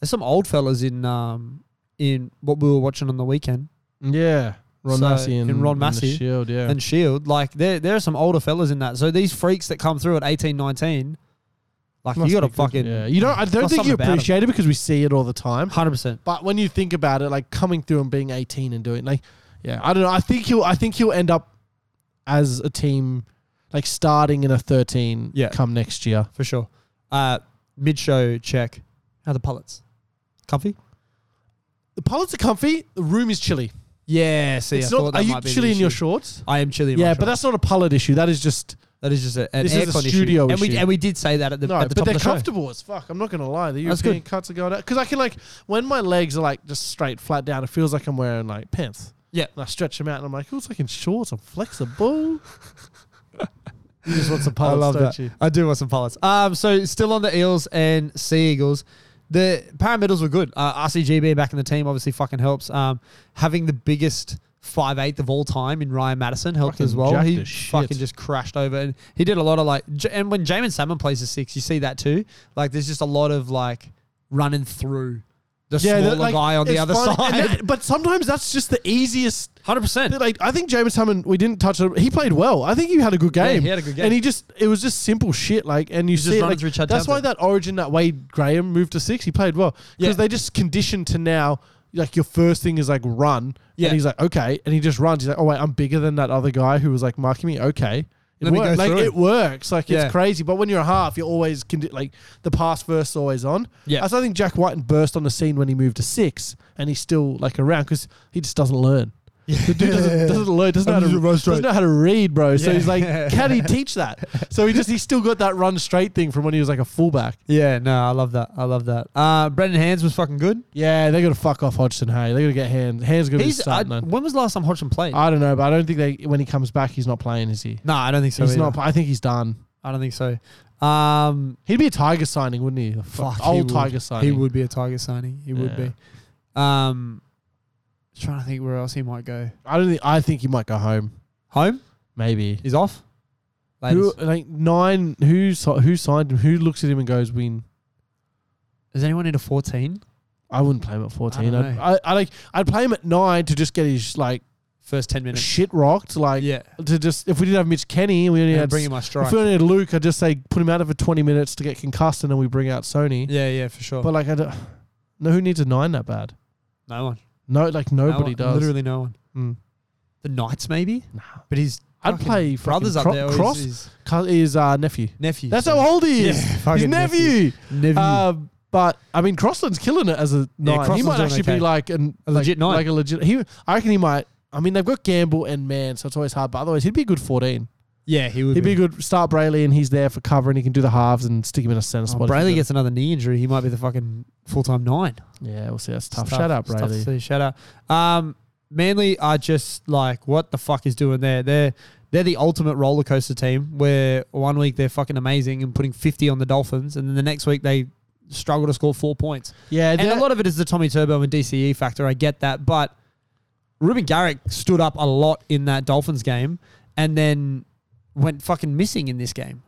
A: There's some old fellas in um in what we were watching on the weekend
B: Yeah. Ron
A: So,
B: Massey and,
A: and Ron
B: the
A: Massey
B: Shield, yeah.
A: and Shield. Like there there are some older fellas in that. So these freaks that come through at 18, 19, like
B: Must
A: you got to
B: be good.
A: fucking
B: Yeah. You don't I don't
A: got
B: think
A: something
B: you
A: about 'em.
B: appreciate it because we see it all the time.
A: hundred percent.
B: But when you think about it, like coming through and being 18 and doing like, yeah, I don't know. I think he'll, I think he'll end up as a team, like starting in a 13
A: Yeah.
B: come next year.
A: for sure. Uh, mid show check. How are the pullets? Comfy?
B: The pilots are comfy. The room is chilly.
A: Yeah, see,
B: It's not, are you chilly in your shorts?
A: I am chilly. In
B: yeah,
A: my
B: but
A: shorts.
B: that's not a pilot issue. That is just
A: that is just a, an
B: this
A: air
B: is a
A: con
B: studio
A: issue. And we
B: issue.
A: and we did say that at the,
B: no,
A: at the
B: but
A: top
B: they're
A: of the show.
B: comfortable as fuck. I'm not gonna lie. The
A: That's
B: European cuts are going out because I can like when my legs are like just straight flat down. It feels like I'm wearing like pants.
A: Yeah.
B: and I stretch them out and I'm like, oh, it's like in shorts. I'm flexible. you just want some
A: I
B: pilots,
A: love
B: don't
A: that.
B: you?
A: I do want some pullets. Um, so still on the Eels and Sea Eagles. The Paramiddles were good. Uh, RCG being back in the team obviously fucking helps. Um, having the biggest five eighth of all time in Ryan Madison helped
B: Fucking
A: as well.
B: jacked
A: He
B: as shit.
A: fucking just crashed over, and he did a lot of like. J- And when Jamin Salmon plays the six, you see that too. Like, there's just a lot of like running through the smaller
B: that, like,
A: guy on the
B: it's
A: other
B: fun. And
A: side.
B: that- but sometimes that's just the easiest.
A: Hundred percent.
B: Like I think James Hammond, we didn't touch. on- He played well. I think he had a good
A: Yeah,
B: game.
A: he had a good game.
B: and he just it was just simple shit. Like and you
A: just
B: see, it,
A: running
B: like,
A: through Chad
B: that's why
A: Townsend.
B: that origin that Wade Graham moved to six. He played well
A: Yeah.
B: because they just conditioned to now. Like your first thing is like run,
A: Yeah.
B: and he's like okay, and he just runs. He's like, oh wait, I'm bigger than that other guy who was like marking me. Okay, it
A: Let me go
B: works. Like
A: through.
B: it works. Like
A: Yeah.
B: it's crazy. But when you're a half, you're always condi- like the pass first, is always on.
A: Yeah.
B: That's why I think Jack Whiten burst on the scene when he moved to six, and he's still like around because he just doesn't learn. The dude doesn't, doesn't learn, doesn't know, how to, doesn't know how to read, bro. So
A: Yeah.
B: he's like, can he teach that? So he just he still got that run straight thing from when he was like a fullback.
A: Yeah, no, I love that. I love that. Uh, Brendan Hands was fucking good.
B: Yeah, they're gonna fuck off Hodgson. Hey, they're gonna get hands. Hands gonna
A: He's.
B: be
A: I,
B: starting. man.
A: when was the last time Hodgson played?
B: I don't know, but I don't think they when he comes back, he's not playing, is he?
A: No, I don't think so.
B: he's
A: either.
B: not. I think he's done.
A: I don't think so. Um,
B: He'd be a Tiger signing, wouldn't he? The fuck,
A: fuck, he
B: old
A: would.
B: Tiger signing.
A: He would be a Tiger signing. He would
B: Yeah.
A: be. Um, just trying to think where else he might go.
B: I don't think. I think he might go home.
A: Home?
B: Maybe.
A: He's off.
B: Who,
A: Ladies.
B: like nine? Who si- who signed him? Who looks at him and goes, "Win."
A: Is anyone into fourteen?
B: I wouldn't play him at fourteen.
A: don't
B: I'd,
A: know.
B: I, I like. I'd play him at nine to just get his like
A: First ten minutes.
B: shit rocked. Like
A: Yeah.
B: To just if we didn't have Mitch Kenny, we only
A: Yeah,
B: had
A: bring in
B: S-
A: my
B: If
A: strike.
B: we only had Luke, I'd just say put him out for twenty minutes to get concussed, and then we bring out Sony.
A: Yeah, yeah, for sure.
B: But like, I don't. No, who needs a nine that bad?
A: no one.
B: No, like
A: No
B: nobody
A: one.
B: does.
A: Literally no one.
B: Mm.
A: The Knights maybe.
B: Nah.
A: But his
B: I'd
A: fucking
B: play fucking
A: brothers up
B: Cro-
A: there. or his-
B: Cross
A: his
B: Cu- is uh, nephew.
A: nephew.
B: That's how old he
A: Yeah,
B: is. his
A: fucking
B: nephew.
A: Nephew.
B: Um, but I mean, Crossland's killing it as a
A: Yeah,
B: nine. he
A: Crossland's
B: might
A: doing
B: actually
A: okay.
B: be like an,
A: A
B: like-
A: legit nine.
B: like a legit. He, I reckon he might. I mean, they've got Gamble and Man, so it's always hard. But otherwise, he'd be a good fourteen.
A: yeah, he would
B: He'd be
A: be.
B: a good start Brayley, and he's there for cover, and he can do the halves and stick him in a center
A: Oh,
B: spot. if
A: Brayley
B: he
A: gets another knee injury. He might be the fucking full time nine.
B: does. Yeah, we'll see. That's
A: It's
B: tough. Shout out
A: It's tough to
B: Brayley.
A: see. Shout out. Um, Manly are just like, what the fuck is doing there? They're they're the ultimate roller coaster team where one week they're fucking amazing and putting fifty on the Dolphins, and then the next week they struggle to score four points.
B: Yeah,
A: And,
B: they're-
A: a lot of it is the Tommy Turbo and DCE factor. I get that, but Ruben Garrick stood up a lot in that Dolphins game, and then went fucking missing in this game.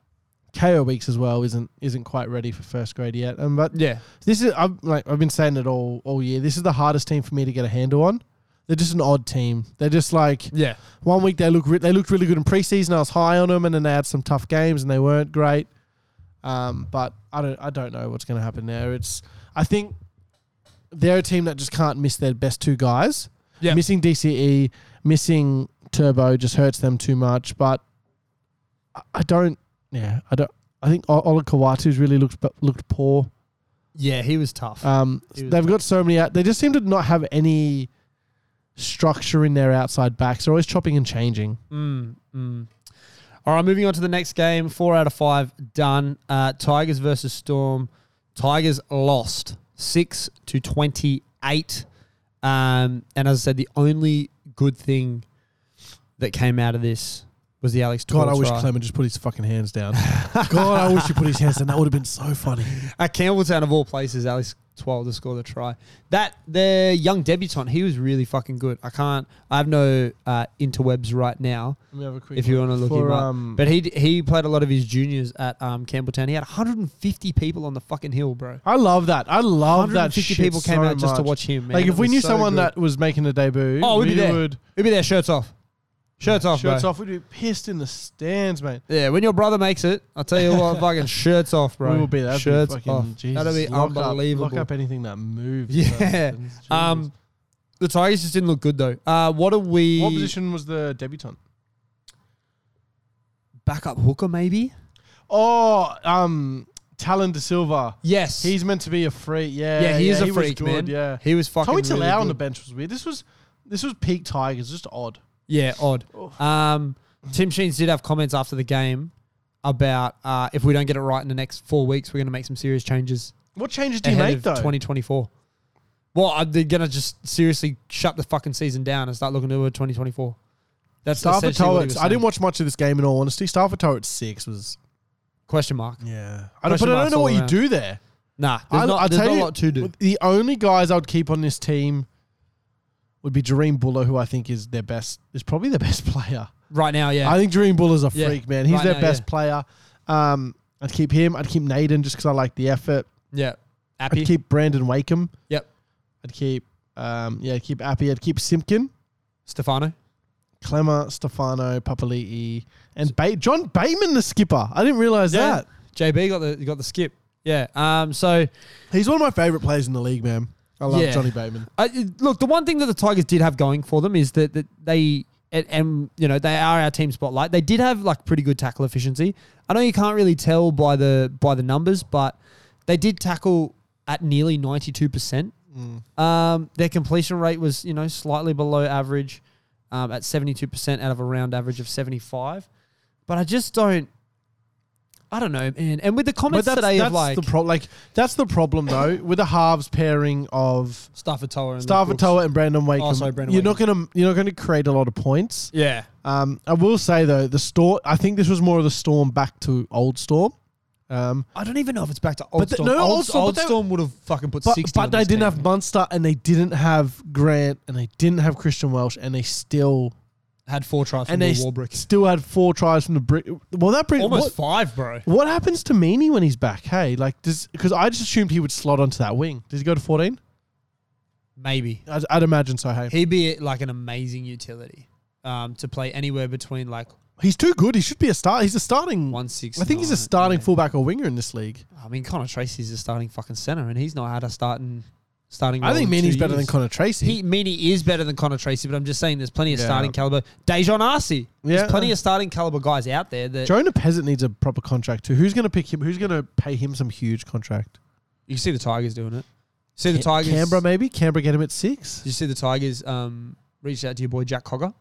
B: KO Weeks as well isn't isn't quite ready for first grade yet. Um, but
A: Yeah,
B: this is I've like I've been saying it all all year. This is the hardest team for me to get a handle on. They're just an odd team. They're just like
A: yeah.
B: One week they look re- they looked really good in preseason. I was high on them, and then they had some tough games, and they weren't great. Um, but I don't I don't know what's going to happen there. It's I think they're a team that just can't miss their best two guys.
A: Yeah.
B: missing DCE, missing Turbo just hurts them too much. But I, I don't. Yeah, I don't. I think O- Ola Kawatu's really looked bu- looked poor.
A: Yeah, he was tough.
B: Um,
A: He was-
B: they've got so many out. They just seem to not have any structure in their outside backs. They're always chopping and changing.
A: Mm, mm. All right, moving on to the next game. Four out of five done. Uh, Tigers versus Storm. Tigers lost six to twenty-eight. Um, and as I said, the only good thing that came out of this was the Alex Torres
B: God, I wish
A: try.
B: Clement just put his fucking hands down. God, I wish he put his hands down. That would have been so funny.
A: at Campbelltown of all places. Alex 12 to score the try. That the young debutant, he was really fucking good. I can't. I have no uh, interwebs right now.
B: Let me have a quick
A: If you
B: look
A: want to look
B: for,
A: him up,
B: um,
A: but he d- he played a lot of his juniors at um, Campbelltown. He had 150 people on the fucking hill, bro.
B: I love that. I love Oh, that.
A: 150
B: Shit
A: people came
B: so
A: out just to
B: much.
A: watch him, man.
B: Like
A: It
B: if we
A: was
B: knew
A: so
B: someone
A: good.
B: that was making a debut,
A: Oh, we'd
B: we
A: be there.
B: would
A: We'd be there, shirts off, shirts off,
B: shirts
A: bro.
B: off. We'd be pissed in the stands, mate.
A: Yeah, when your brother makes it, I'll tell you what, fucking shirts off, bro.
B: We will be there.
A: shirts
B: be fucking,
A: off.
B: Jesus,
A: That'll be
B: lock up-
A: unbelievable.
B: lock up anything that moves.
A: Yeah.
B: bro. Jesus.
A: Um, the Tigers just didn't look good though. Uh, what are we?
B: what position was the debutant?
A: Backup hooker maybe?
B: Oh, um, Talon De Silva.
A: Yes.
B: He's meant to be a freak. Yeah,
A: yeah, he is a
B: he was
A: freak,
B: good,
A: man.
B: Yeah,
A: He was fucking.
B: Tommy
A: really
B: Talau on the
A: good.
B: bench was weird. This was this was peak Tigers, just odd.
A: Yeah, odd.
B: Oh.
A: Um, Tim Sheens did have comments after the game about uh, if we don't get it right in the next four weeks, we're going to make some serious changes
B: What changes do you
A: ahead
B: make
A: of
B: though?
A: 2024. Well, uh, they're going to just seriously shut the fucking season down and start looking to 2024. That's
B: Stafford
A: essentially what he
B: Torrance.
A: was
B: I didn't
A: saying.
B: watch much of this game in all honesty. Stafford Torrance six was
A: question mark.
B: yeah. I don't,
A: Question
B: but I don't
A: marks
B: know
A: all
B: what you
A: around.
B: do there.
A: Nah, there's
B: I,
A: not,
B: I'll
A: there's
B: tell
A: not a
B: you,
A: lot to do.
B: The only guys I'd keep on this team would be Dream Buller, who I think is their best is probably their best player.
A: Right now, yeah.
B: I think Dream Buller's a
A: Yeah,
B: freak, man. He's
A: right
B: their
A: now,
B: best
A: yeah.
B: player. Um, I'd keep him. I'd keep Naden just because I like the effort.
A: yeah. Appy.
B: I'd keep Brandon Wakeham.
A: yep.
B: I'd keep um, yeah, I'd keep Appy. I'd keep Simpkin,
A: Stefano.
B: Clemmer, Stefano, Papali'i, and ba- John Bateman, the skipper. I didn't realize that.
A: JB got the got the skip. Yeah. Um. So
B: He's one of my favorite players in the league, man. I love
A: Yeah.
B: Johnny Bateman.
A: I, look, the one thing that the Tigers did have going for them is that, that they and, and you know they are our team spotlight. They did have like pretty good tackle efficiency. I know you can't really tell by the by the numbers, but they did tackle at nearly ninety two percent.
B: Mm.
A: Um, their completion rate was you know slightly below average, um, at seventy two percent out of a round average of seventy five. But I just don't. I don't know, man. And with the
B: But
A: comments
B: that's,
A: today
B: that's
A: of like
B: the problem. Like that's the problem though with the halves pairing of
A: Stafford Toa and Brooks.
B: Starvatoa and Brandon Wakeham.
A: Oh, sorry, Brandon
B: you're not gonna you're not gonna create a lot of points.
A: yeah,
B: Um, I will say though the storm. I think this was more of the storm back to old storm. Um,
A: I don't even know if it's back to old
B: But the-
A: storm.
B: no, no,
A: old,
B: Old Storm,
A: Old
B: but they-
A: Storm would have fucking put
B: but,
A: sixty.
B: but
A: on
B: they
A: this
B: didn't
A: team.
B: have Munster and they didn't have Grant and they didn't have Christian Welsh and they still
A: had four tries from
B: and they
A: Will Warbrick.
B: s- still had four tries from the brick. Well, that brings
A: Almost
B: what,
A: five, bro.
B: what happens to Meany when he's back? Hey, like does because I just assumed he would slot onto that wing. Does he go to fourteen?
A: Maybe
B: I'd, I'd imagine so. Hey,
A: he'd be like an amazing utility um, to play anywhere between like
B: he's too good. He should be a start. He's a starting.
A: one six.
B: I think he's a starting fullback or winger in this league.
A: I mean, Connor Tracy's a starting fucking center, and he's not had a starting starting.
B: I
A: role
B: think
A: in
B: Meany's
A: two
B: better than
A: years.
B: Connor Tracy.
A: He Meany is better than Connor Tracy, but I'm just saying there's plenty of
B: Yeah.
A: starting caliber. Dejon Arce,
B: Yeah.
A: there's plenty of starting caliber guys out there that
B: Jonah Peasant needs a proper contract too. Who's going to pick him? Who's going to pay him some huge contract?
A: you see the Tigers doing it. See the
B: Ca-
A: Tigers.
B: Canberra maybe. Canberra get him at six.
A: Did you see the Tigers um, reached out to your boy Jack Cogger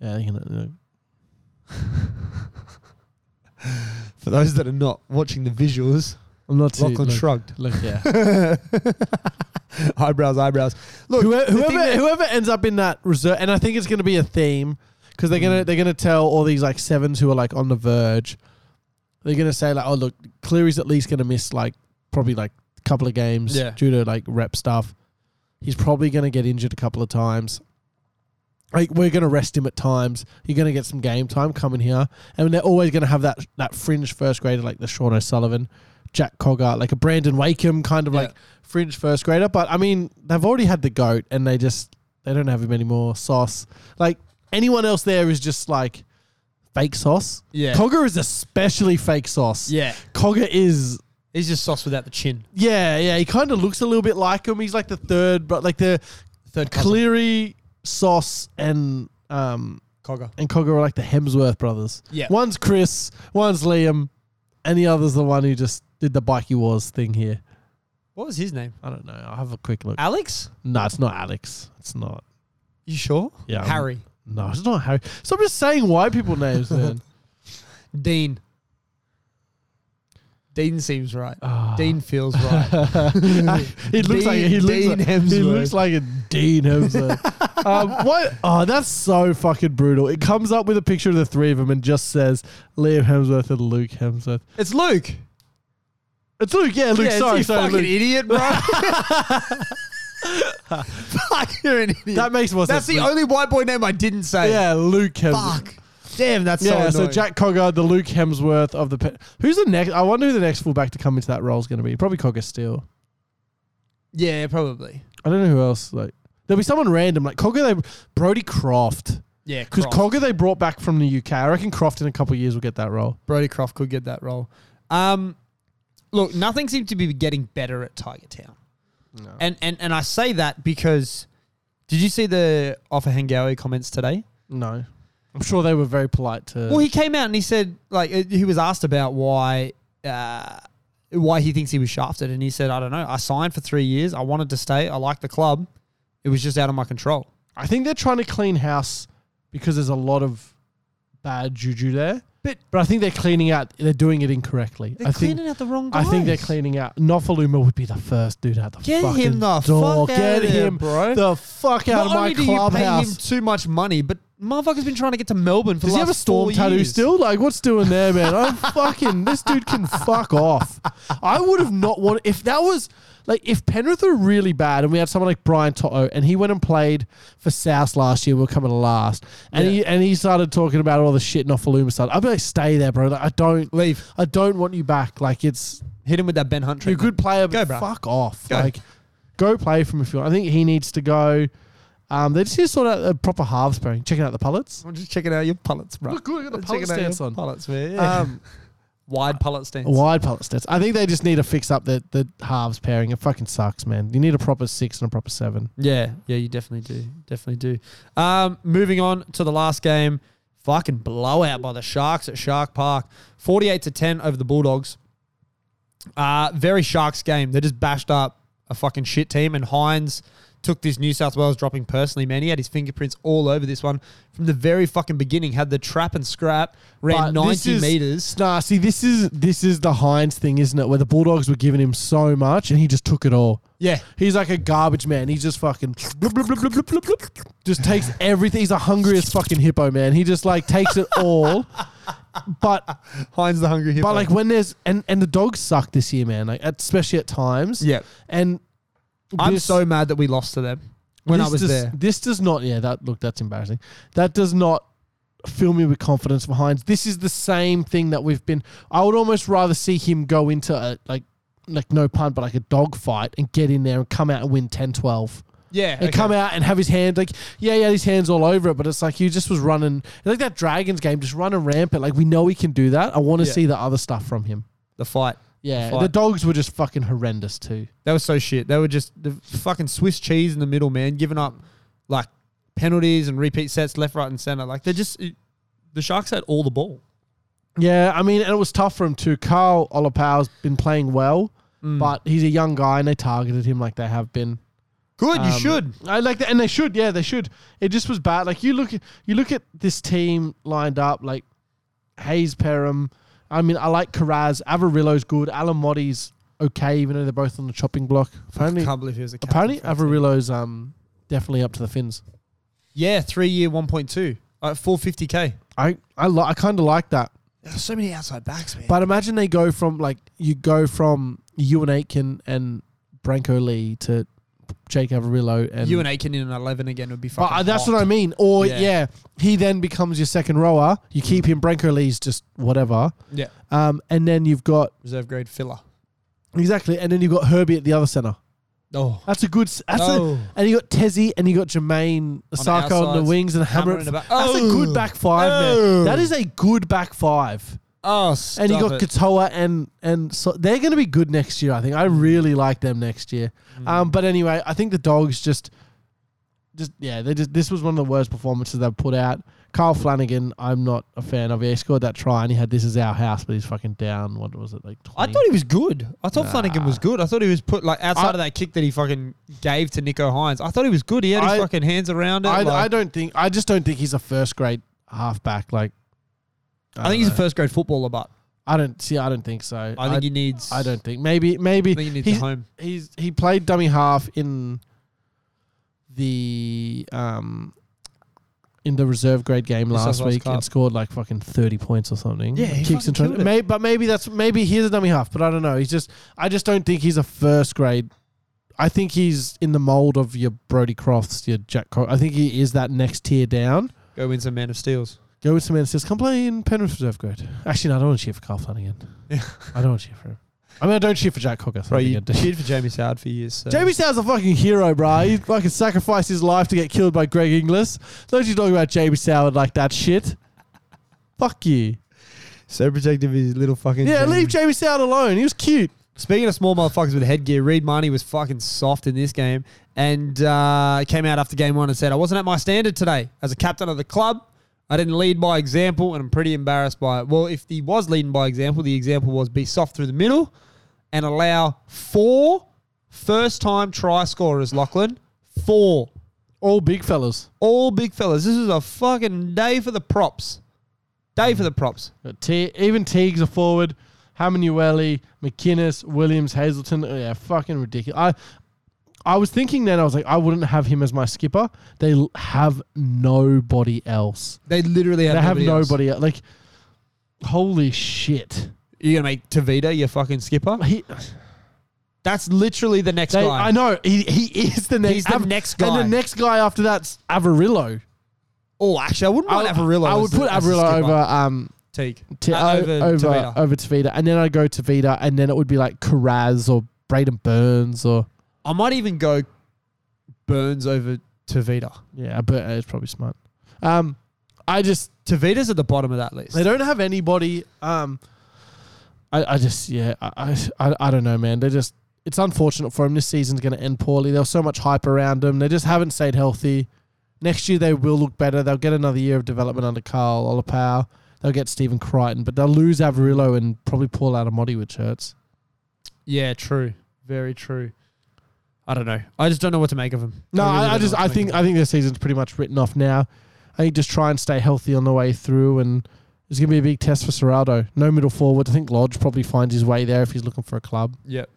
B: Yeah, you know, no.
A: For those that are not watching the visuals,
B: I'm not too.
A: Lachlan
B: look,
A: shrugged.
B: look, yeah.
A: eyebrows, eyebrows. Look,
B: whoever
A: the thing
B: whoever,
A: that-
B: whoever ends up in that reserve, and I think it's going to be a theme because they're
A: Mm.
B: gonna they're gonna tell all these like sevens who are like on the verge. They're gonna say like, oh look, Cleary's at least going to miss like probably like a couple of games
A: Yeah.
B: due to like rep stuff. He's probably going to get injured a couple of times. Like we're going to rest him at times. You're going to get some game time coming here, and they're always going to have that that fringe first grader like the Sean O'Sullivan, Jack Cogger, like a Brandon Wakeham kind of
A: Yeah.
B: like fringe first grader. But I mean, they've already had the goat, and they just they don't have him anymore. Sauce, like anyone else there is just like fake sauce.
A: Yeah.
B: Cogger is especially fake sauce.
A: yeah,
B: Cogger is
A: he's just sauce without the chin.
B: yeah, yeah. He kind of looks a little bit like him. He's like the third, but like the
A: Third cousin.
B: Cleary, Sauce, and um
A: Cogger.
B: and Cogger are like the Hemsworth brothers.
A: Yeah.
B: one's Chris, one's Liam, and the other's the one who just did the Bikey Wars thing here.
A: What was his name?
B: I don't know. I'll have a quick look.
A: Alex?
B: no, it's not Alex. It's not.
A: You sure?
B: Yeah, I'm-
A: Harry.
B: No, it's not Harry. So I'm just saying white people names, man.
A: Dean. Dean seems right.
B: Ah.
A: Dean feels right.
B: he looks like he looks
A: Dean
B: like, he
A: Hemsworth.
B: looks like a Dean Hemsworth. um, what? Oh, that's so fucking brutal. It comes up with a picture of the three of them and just says Liam Hemsworth and Luke Hemsworth.
A: it's Luke.
B: It's Luke. Yeah, Luke.
A: Yeah,
B: sorry,
A: you
B: sorry,
A: fucking
B: Luke.
A: idiot, bro. Fuck, you're an idiot.
B: That makes more
A: that's
B: sense.
A: the
B: Luke.
A: only white boy name I didn't say.
B: Yeah, Luke. Hemsworth.
A: Fuck. Damn, that's
B: Yeah,
A: so
B: so,
A: annoying.
B: Jack Cogger, the Luke Hemsworth of the pe- who's the next? I wonder who the next fullback to come into that role is going to be. Probably Cogger still.
A: yeah, probably.
B: I don't know who else. Like there'll be someone random like Cogger. They Brody Croft
A: Yeah,
B: because
A: Croft.
B: Cogger they brought back from the UK. I reckon Croft in a couple of years will get that role.
A: Brody Croft could get that role. Um, look, nothing seems to be getting better at Tiger Town. And, and and I say that because did you see the Offa Hengawi comments today?
B: No, I'm sure they were very polite to.
A: Well, he came out and he said, like, uh, he was asked about why, uh, why he thinks he was shafted, and he said, "I don't know. I signed for three years. I wanted to stay. I liked the club. It was just out of my control."
B: I think they're trying to clean house because there's a lot of bad juju there.
A: But-
B: but I think they're cleaning out. They're doing it incorrectly.
A: They're
B: I
A: cleaning
B: think
A: out the wrong
B: I
A: guys.
B: think they're cleaning out. Nofaluma would be the first dude out the
A: Get
B: fucking
A: him the
B: door.
A: fuck
B: Get
A: out of there,
B: him
A: bro.
B: the fuck
A: Not
B: out of my
A: only do you pay him
B: clubhouse.
A: too much money, but motherfucker's been trying to get to Melbourne for
B: Does
A: the
B: he have a
A: last
B: storm
A: four
B: tattoo
A: years.
B: still? Like, what's doing there, man? I'm fucking. This dude can fuck off. I would have not wanted if that was like if Penrith were really bad and we had someone like Brian Toto and he went and played for South last year. We are coming last, and he and he started talking about all the shit Nofaluma started. I'd be like, stay there, bro. Like, I don't
A: Leave.
B: I don't want you back. Like, it's
A: Hit him with that Ben Hunt
B: You're a
A: treatment.
B: good player, but
A: Go, bro.
B: fuck off.
A: Go.
B: Like, go play from if you want. I think he needs to go. Um, they just need to sort out a proper halves pairing. Checking out the pullets.
A: I'm just checking out your pullets, bro.
B: Look good, I got the
A: Checking
B: pullet
A: out your
B: stance on.
A: Pullets, man. Yeah.
B: Um,
A: Wide pullet stance.
B: wide pullet stats. I think they just need to fix up the, the halves pairing. It fucking sucks, man. You need a proper six and a proper seven.
A: Yeah, yeah, you definitely do, definitely do. Um, moving on to the last game, fucking blowout by the Sharks at Shark Park, forty-eight to ten over the Bulldogs. Uh, very Sharks game. They just bashed up a fucking shit team, and Hines took this New South Wales dropping personally. Man, he had his fingerprints all over this one from the very fucking beginning. Had the trap and scrap, ran
B: But this
A: ninety
B: is-
A: meters.
B: Nah, see, this is this is the Hines thing, isn't it? Where the Bulldogs were giving him so much and he just took it all.
A: Yeah,
B: He's like a garbage man. He just fucking blub, blub, blub, blub, blub, blub, blub. just takes everything. He's a hungry as fucking hippo, man. He just like takes it all. But
A: Hines the hungry hippo.
B: but like when there's and and the dogs suck this year, man. Like at, especially at times.
A: Yeah.
B: And
A: I'm
B: this-
A: so mad that we lost to them when I
B: this
A: was
B: does,
A: there.
B: This does not. Yeah, that look. That's embarrassing. That does not fill me with confidence behind. This is the same thing that we've been. I would almost rather see him go into a like. Like no pun, but like a dog fight and get in there and come out and win 10-12.
A: Yeah,
B: and come out and have his hand like yeah yeah his hands all over it but it's like he just was running like that dragons game just running rampant like we know he can do that i want to
A: Yeah.
B: see the other stuff from him
A: the fight.
B: yeah
A: Fight.
B: the dogs were just fucking horrendous too
A: That was so shit. They were just the fucking Swiss cheese in the middle, man, giving up like penalties and repeat sets left, right, and center. Like they're just it- the Sharks had all the ball.
B: yeah i mean and it was tough for him too carl olapau's been playing well but he's a young guy and they targeted him like they have been
A: Good, you
B: Um,
A: should.
B: I like that, and they should. Yeah, they should. It just was bad. Like you look, at you look at this team lined up. Like Hayes Perham. I mean, I like Carraz. Avarillo's good. Alan Motti's okay, even though they're both on the chopping block. Apparently,
A: Can't believe he was a captain.
B: apparently Avarillo's um definitely up to the fins.
A: Yeah, three year, one point two, like four fifty k.
B: I I li- I kind of like that.
A: So many outside backs, man.
B: But imagine they go from like you go from Ewan Aitken and Branko Lee to Jake Avarillo and
A: you and Aiken in an eleven again would be
B: But
A: fucking.
B: uh, that's
A: hot.
B: what I mean. Or
A: Yeah. Mm.
B: yeah. he then becomes your second rower. You keep him. Branko Lee's just whatever.
A: Yeah,
B: Um, and then you've got
A: reserve grade filler.
B: exactly. And then you've got Herbie at the other center.
A: Oh,
B: That's a good. s- That's
A: Oh.
B: a, and you got Tezzy and you got Jermaine Osako on, the
A: outsides.
B: wings and Hammer.
A: Hammer in the back.
B: That's a
A: Oh.
B: good back five,
A: Oh.
B: man. That is a good back five.
A: oh,
B: And you got
A: it.
B: Katoa and and so they're going to be good next year. I think I
A: Mm.
B: really like them next year. Um, but anyway, I think the dogs just, just yeah, they just this was one of the worst performances they've put out. Carl Flanagan, I'm not a fan of. He scored that try and he had this is our house, but he's fucking down. What was it like? 20?
A: I thought he was good. I thought Flanagan was good. I thought he was put like outside
B: I-
A: of that kick that he fucking gave to Nico Hines. I thought he was good. He had his
B: I-
A: fucking hands around it.
B: I,
A: like-
B: I don't think I just don't think he's a first grade halfback. Like
A: I think he's a first grade footballer, but
B: I don't see. I don't think so.
A: I think he needs.
B: I don't think. Maybe maybe
A: I think he needs a
B: he's-
A: home.
B: He's he played dummy half in the um in the reserve grade game
A: South
B: last
A: Wales
B: week
A: Cup.
B: and scored like fucking thirty points or something.
A: Yeah, he
B: keeps
A: fucking
B: in trying.
A: killed it.
B: May, but maybe that's maybe he's a dummy half. But I don't know. He's just I just don't think he's a first grade. I think he's in the mold of your Brody Crofts, your Jack. Cro- I think he is that next tier down.
A: Go win some Man of Steels.
B: Go with some man says, come play in Penrith reserve grade. Actually, no, I don't want to cheer for Carl Flanagan.
A: Yeah.
B: I don't want to cheer for him. I mean, I don't cheer for Jack Hooker. So
A: Bro,
B: I think
A: you
B: I do.
A: cheered for Jamie Soward for years. So.
B: Jamie Soward's a fucking hero, bruh. He fucking sacrificed his life to get killed by Greg Inglis. Don't you talk about Jamie Soward like that shit. Fuck you.
A: so protective of his little fucking.
B: Yeah,
A: thing.
B: leave Jamie Soward alone. He was cute.
A: Speaking of small motherfuckers with headgear, Reed Marnie was fucking soft in this game and uh, came out after game one and said, I wasn't at my standard today as a captain of the club. I didn't lead by example and I'm pretty embarrassed by it. Well, if he was leading by example, the example was be soft through the middle and allow four first time try scorers, Lachlan. Four.
B: All big fellas.
A: All big fellas. This is a fucking day for the props. Day for the props.
B: But Te- even Teague's a forward. Hamanueli, McInnes, Williams, Hazleton. Oh, yeah, fucking ridiculous. I, I was thinking then, I was like, I wouldn't have him as my skipper. They l- have nobody else.
A: They literally have
B: They have
A: nobody. else.
B: nobody else. Like, holy shit.
A: You're going to make Tavita your fucking skipper?
B: He,
A: That's literally the next
B: They-
A: guy.
B: I know he, he is the next.
A: He's the next guy.
B: and the next guy after that's Avarillo.
A: Oh, actually, I wouldn't mind
B: I-
A: Avarillo.
B: I would
A: as the-
B: put
A: as the
B: Avarillo
A: skipper.
B: over um
A: Teague.
B: t-
A: Uh,
B: over over Tavita.
A: Tavita.
B: over Tavita, and then I go Tavita, and then it would be like Carraz or Braden Burns or
A: I might even go Burns over Tavita.
B: yeah, but it's probably smart. Um, I just
A: Tavita's at the bottom of that list.
B: they don't have anybody. Um, I I just yeah I I, I- I don't know man. They just it's unfortunate for him. This season's going to end poorly. There was so much hype around him. They just haven't stayed healthy. Next year they will look better. They'll get another year of development under Carl Olapau. They'll get Stephen Crichton, but they'll lose Avarillo and probably Paul Adamodi, which hurts.
A: Yeah, true. Very true. I don't know. I just don't know what to make of him.
B: No,
A: really
B: I, I
A: don't
B: just
A: know what
B: I
A: to make
B: think
A: of him.
B: I think this season's pretty much written off now. I think just try and stay healthy on the way through, and it's gonna be a big test for Serrado. No middle forward. I think Lodge probably finds his way there if he's looking for a club.
A: Yep.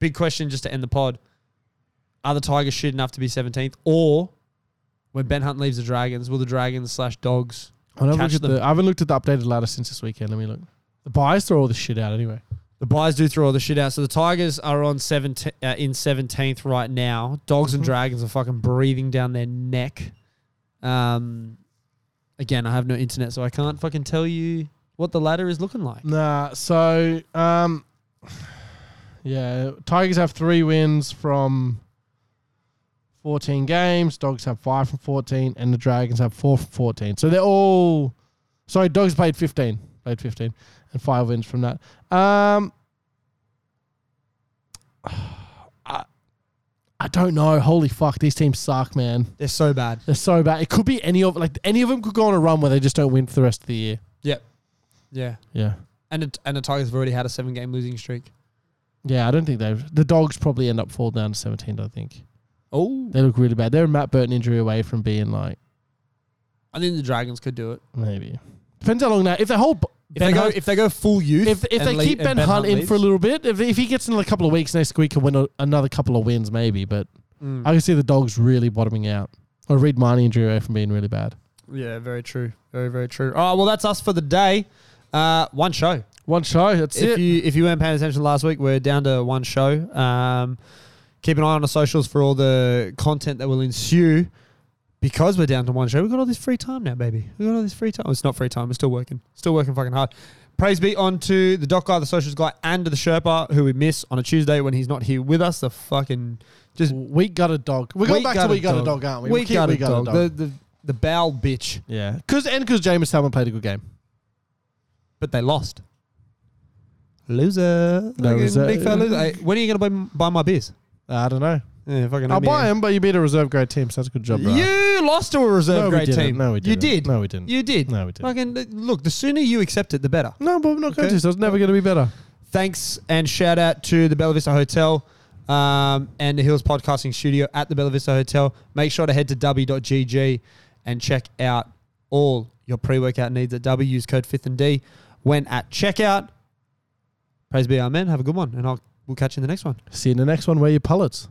A: Big question just to end the pod. Are the Tigers shit enough to be 17th? Or when Ben Hunt leaves the Dragons, will the Dragons slash dogs?
B: I, haven't
A: Catch
B: looked at
A: them.
B: the, I haven't looked at the updated ladder since this weekend. Let me look. The buyers throw all this shit out anyway.
A: The buyers do throw all the shit out. So the Tigers are on 17, uh, in 17th right now. Dogs and Dragons are fucking breathing down their neck. Um, again, I have no internet, so I can't fucking tell you what the ladder is looking like.
B: Nah, so um, yeah, Tigers have three wins from fourteen games. Dogs have five from fourteen, and the Dragons have four from fourteen. So they're all sorry. Dogs played fifteen, played fifteen, and five wins from that. Um, I I don't know. Holy fuck, these teams suck, man.
A: They're so bad.
B: They're so bad. It could be any of like any of them could go on a run where they just don't win for the rest of the year.
A: Yep. Yeah.
B: Yeah.
A: And the, and the Tigers have already had a seven game losing streak.
B: Yeah, I don't think they've. The dogs probably end up falling down to 17, I think.
A: Oh.
B: They look really bad. They're a Matt Burton injury away from being like,
A: I think the Dragons could do it.
B: maybe. Depends how long that. If they hold.
A: If,
B: Ben
A: they, go,
B: Hunt-
A: if they go full youth.
B: if, if
A: and
B: they
A: lea-
B: keep
A: and
B: Ben, Hunt, in
A: leaves-
B: for a little bit, if, if he gets in a couple of weeks next week and win a, another couple of wins, maybe. But
A: Mm.
B: I can see the dogs really bottoming out. Or Reed Marnie injury away from being really bad.
A: Yeah, very true. Very, very true. All right, well, that's us for the day. Uh, one show.
B: One show. That's
A: if
B: it.
A: you if you weren't paying attention last week, we're down to one show. Um, keep an eye on the socials for all the content that will ensue. Because we're down to one show, we've got all this free time now, baby. We've got all this free time. It's not free time. We're still working. Still working fucking hard. Praise be on to the doc guy, the socials guy, and to the Sherpa, who we miss on a Tuesday when he's not here with us. The fucking just
B: we got a dog. We're going back to we got a dog, aren't we?
A: We,
B: We'll keep
A: got, a, dog. The the the bowel bitch.
B: yeah. Cause, and because James Salmon played a good game.
A: But they lost. Loser. Fucking
B: loser.
A: Big fat loser. Hey, when are you gonna buy, buy my beers?
B: Uh, I don't know.
A: Yeah, fucking.
B: I'll
A: owe me a-
B: buy him, but you beat a reserve grade team, so that's a good job, bro.
A: You lost to a reserve
B: No, we
A: grade
B: didn't.
A: team.
B: No, we
A: You
B: didn't.
A: did.
B: No, we didn't.
A: You did.
B: No, we didn't.
A: Fucking uh, look. The sooner you accept it, the better.
B: No, but we're not going
A: Okay.
B: to. So it's never going to be better.
A: Thanks and shout out to the Bella Vista Hotel um, and the Hills Podcasting Studio at the Bella Vista Hotel. Make sure to head to w.gg and check out all your pre-workout needs at W. Use code fifth and D when at checkout. Praise be, Amen. Have a good one, and I'll we'll catch you in the next one.
B: See you in the next one. Wear your pullets.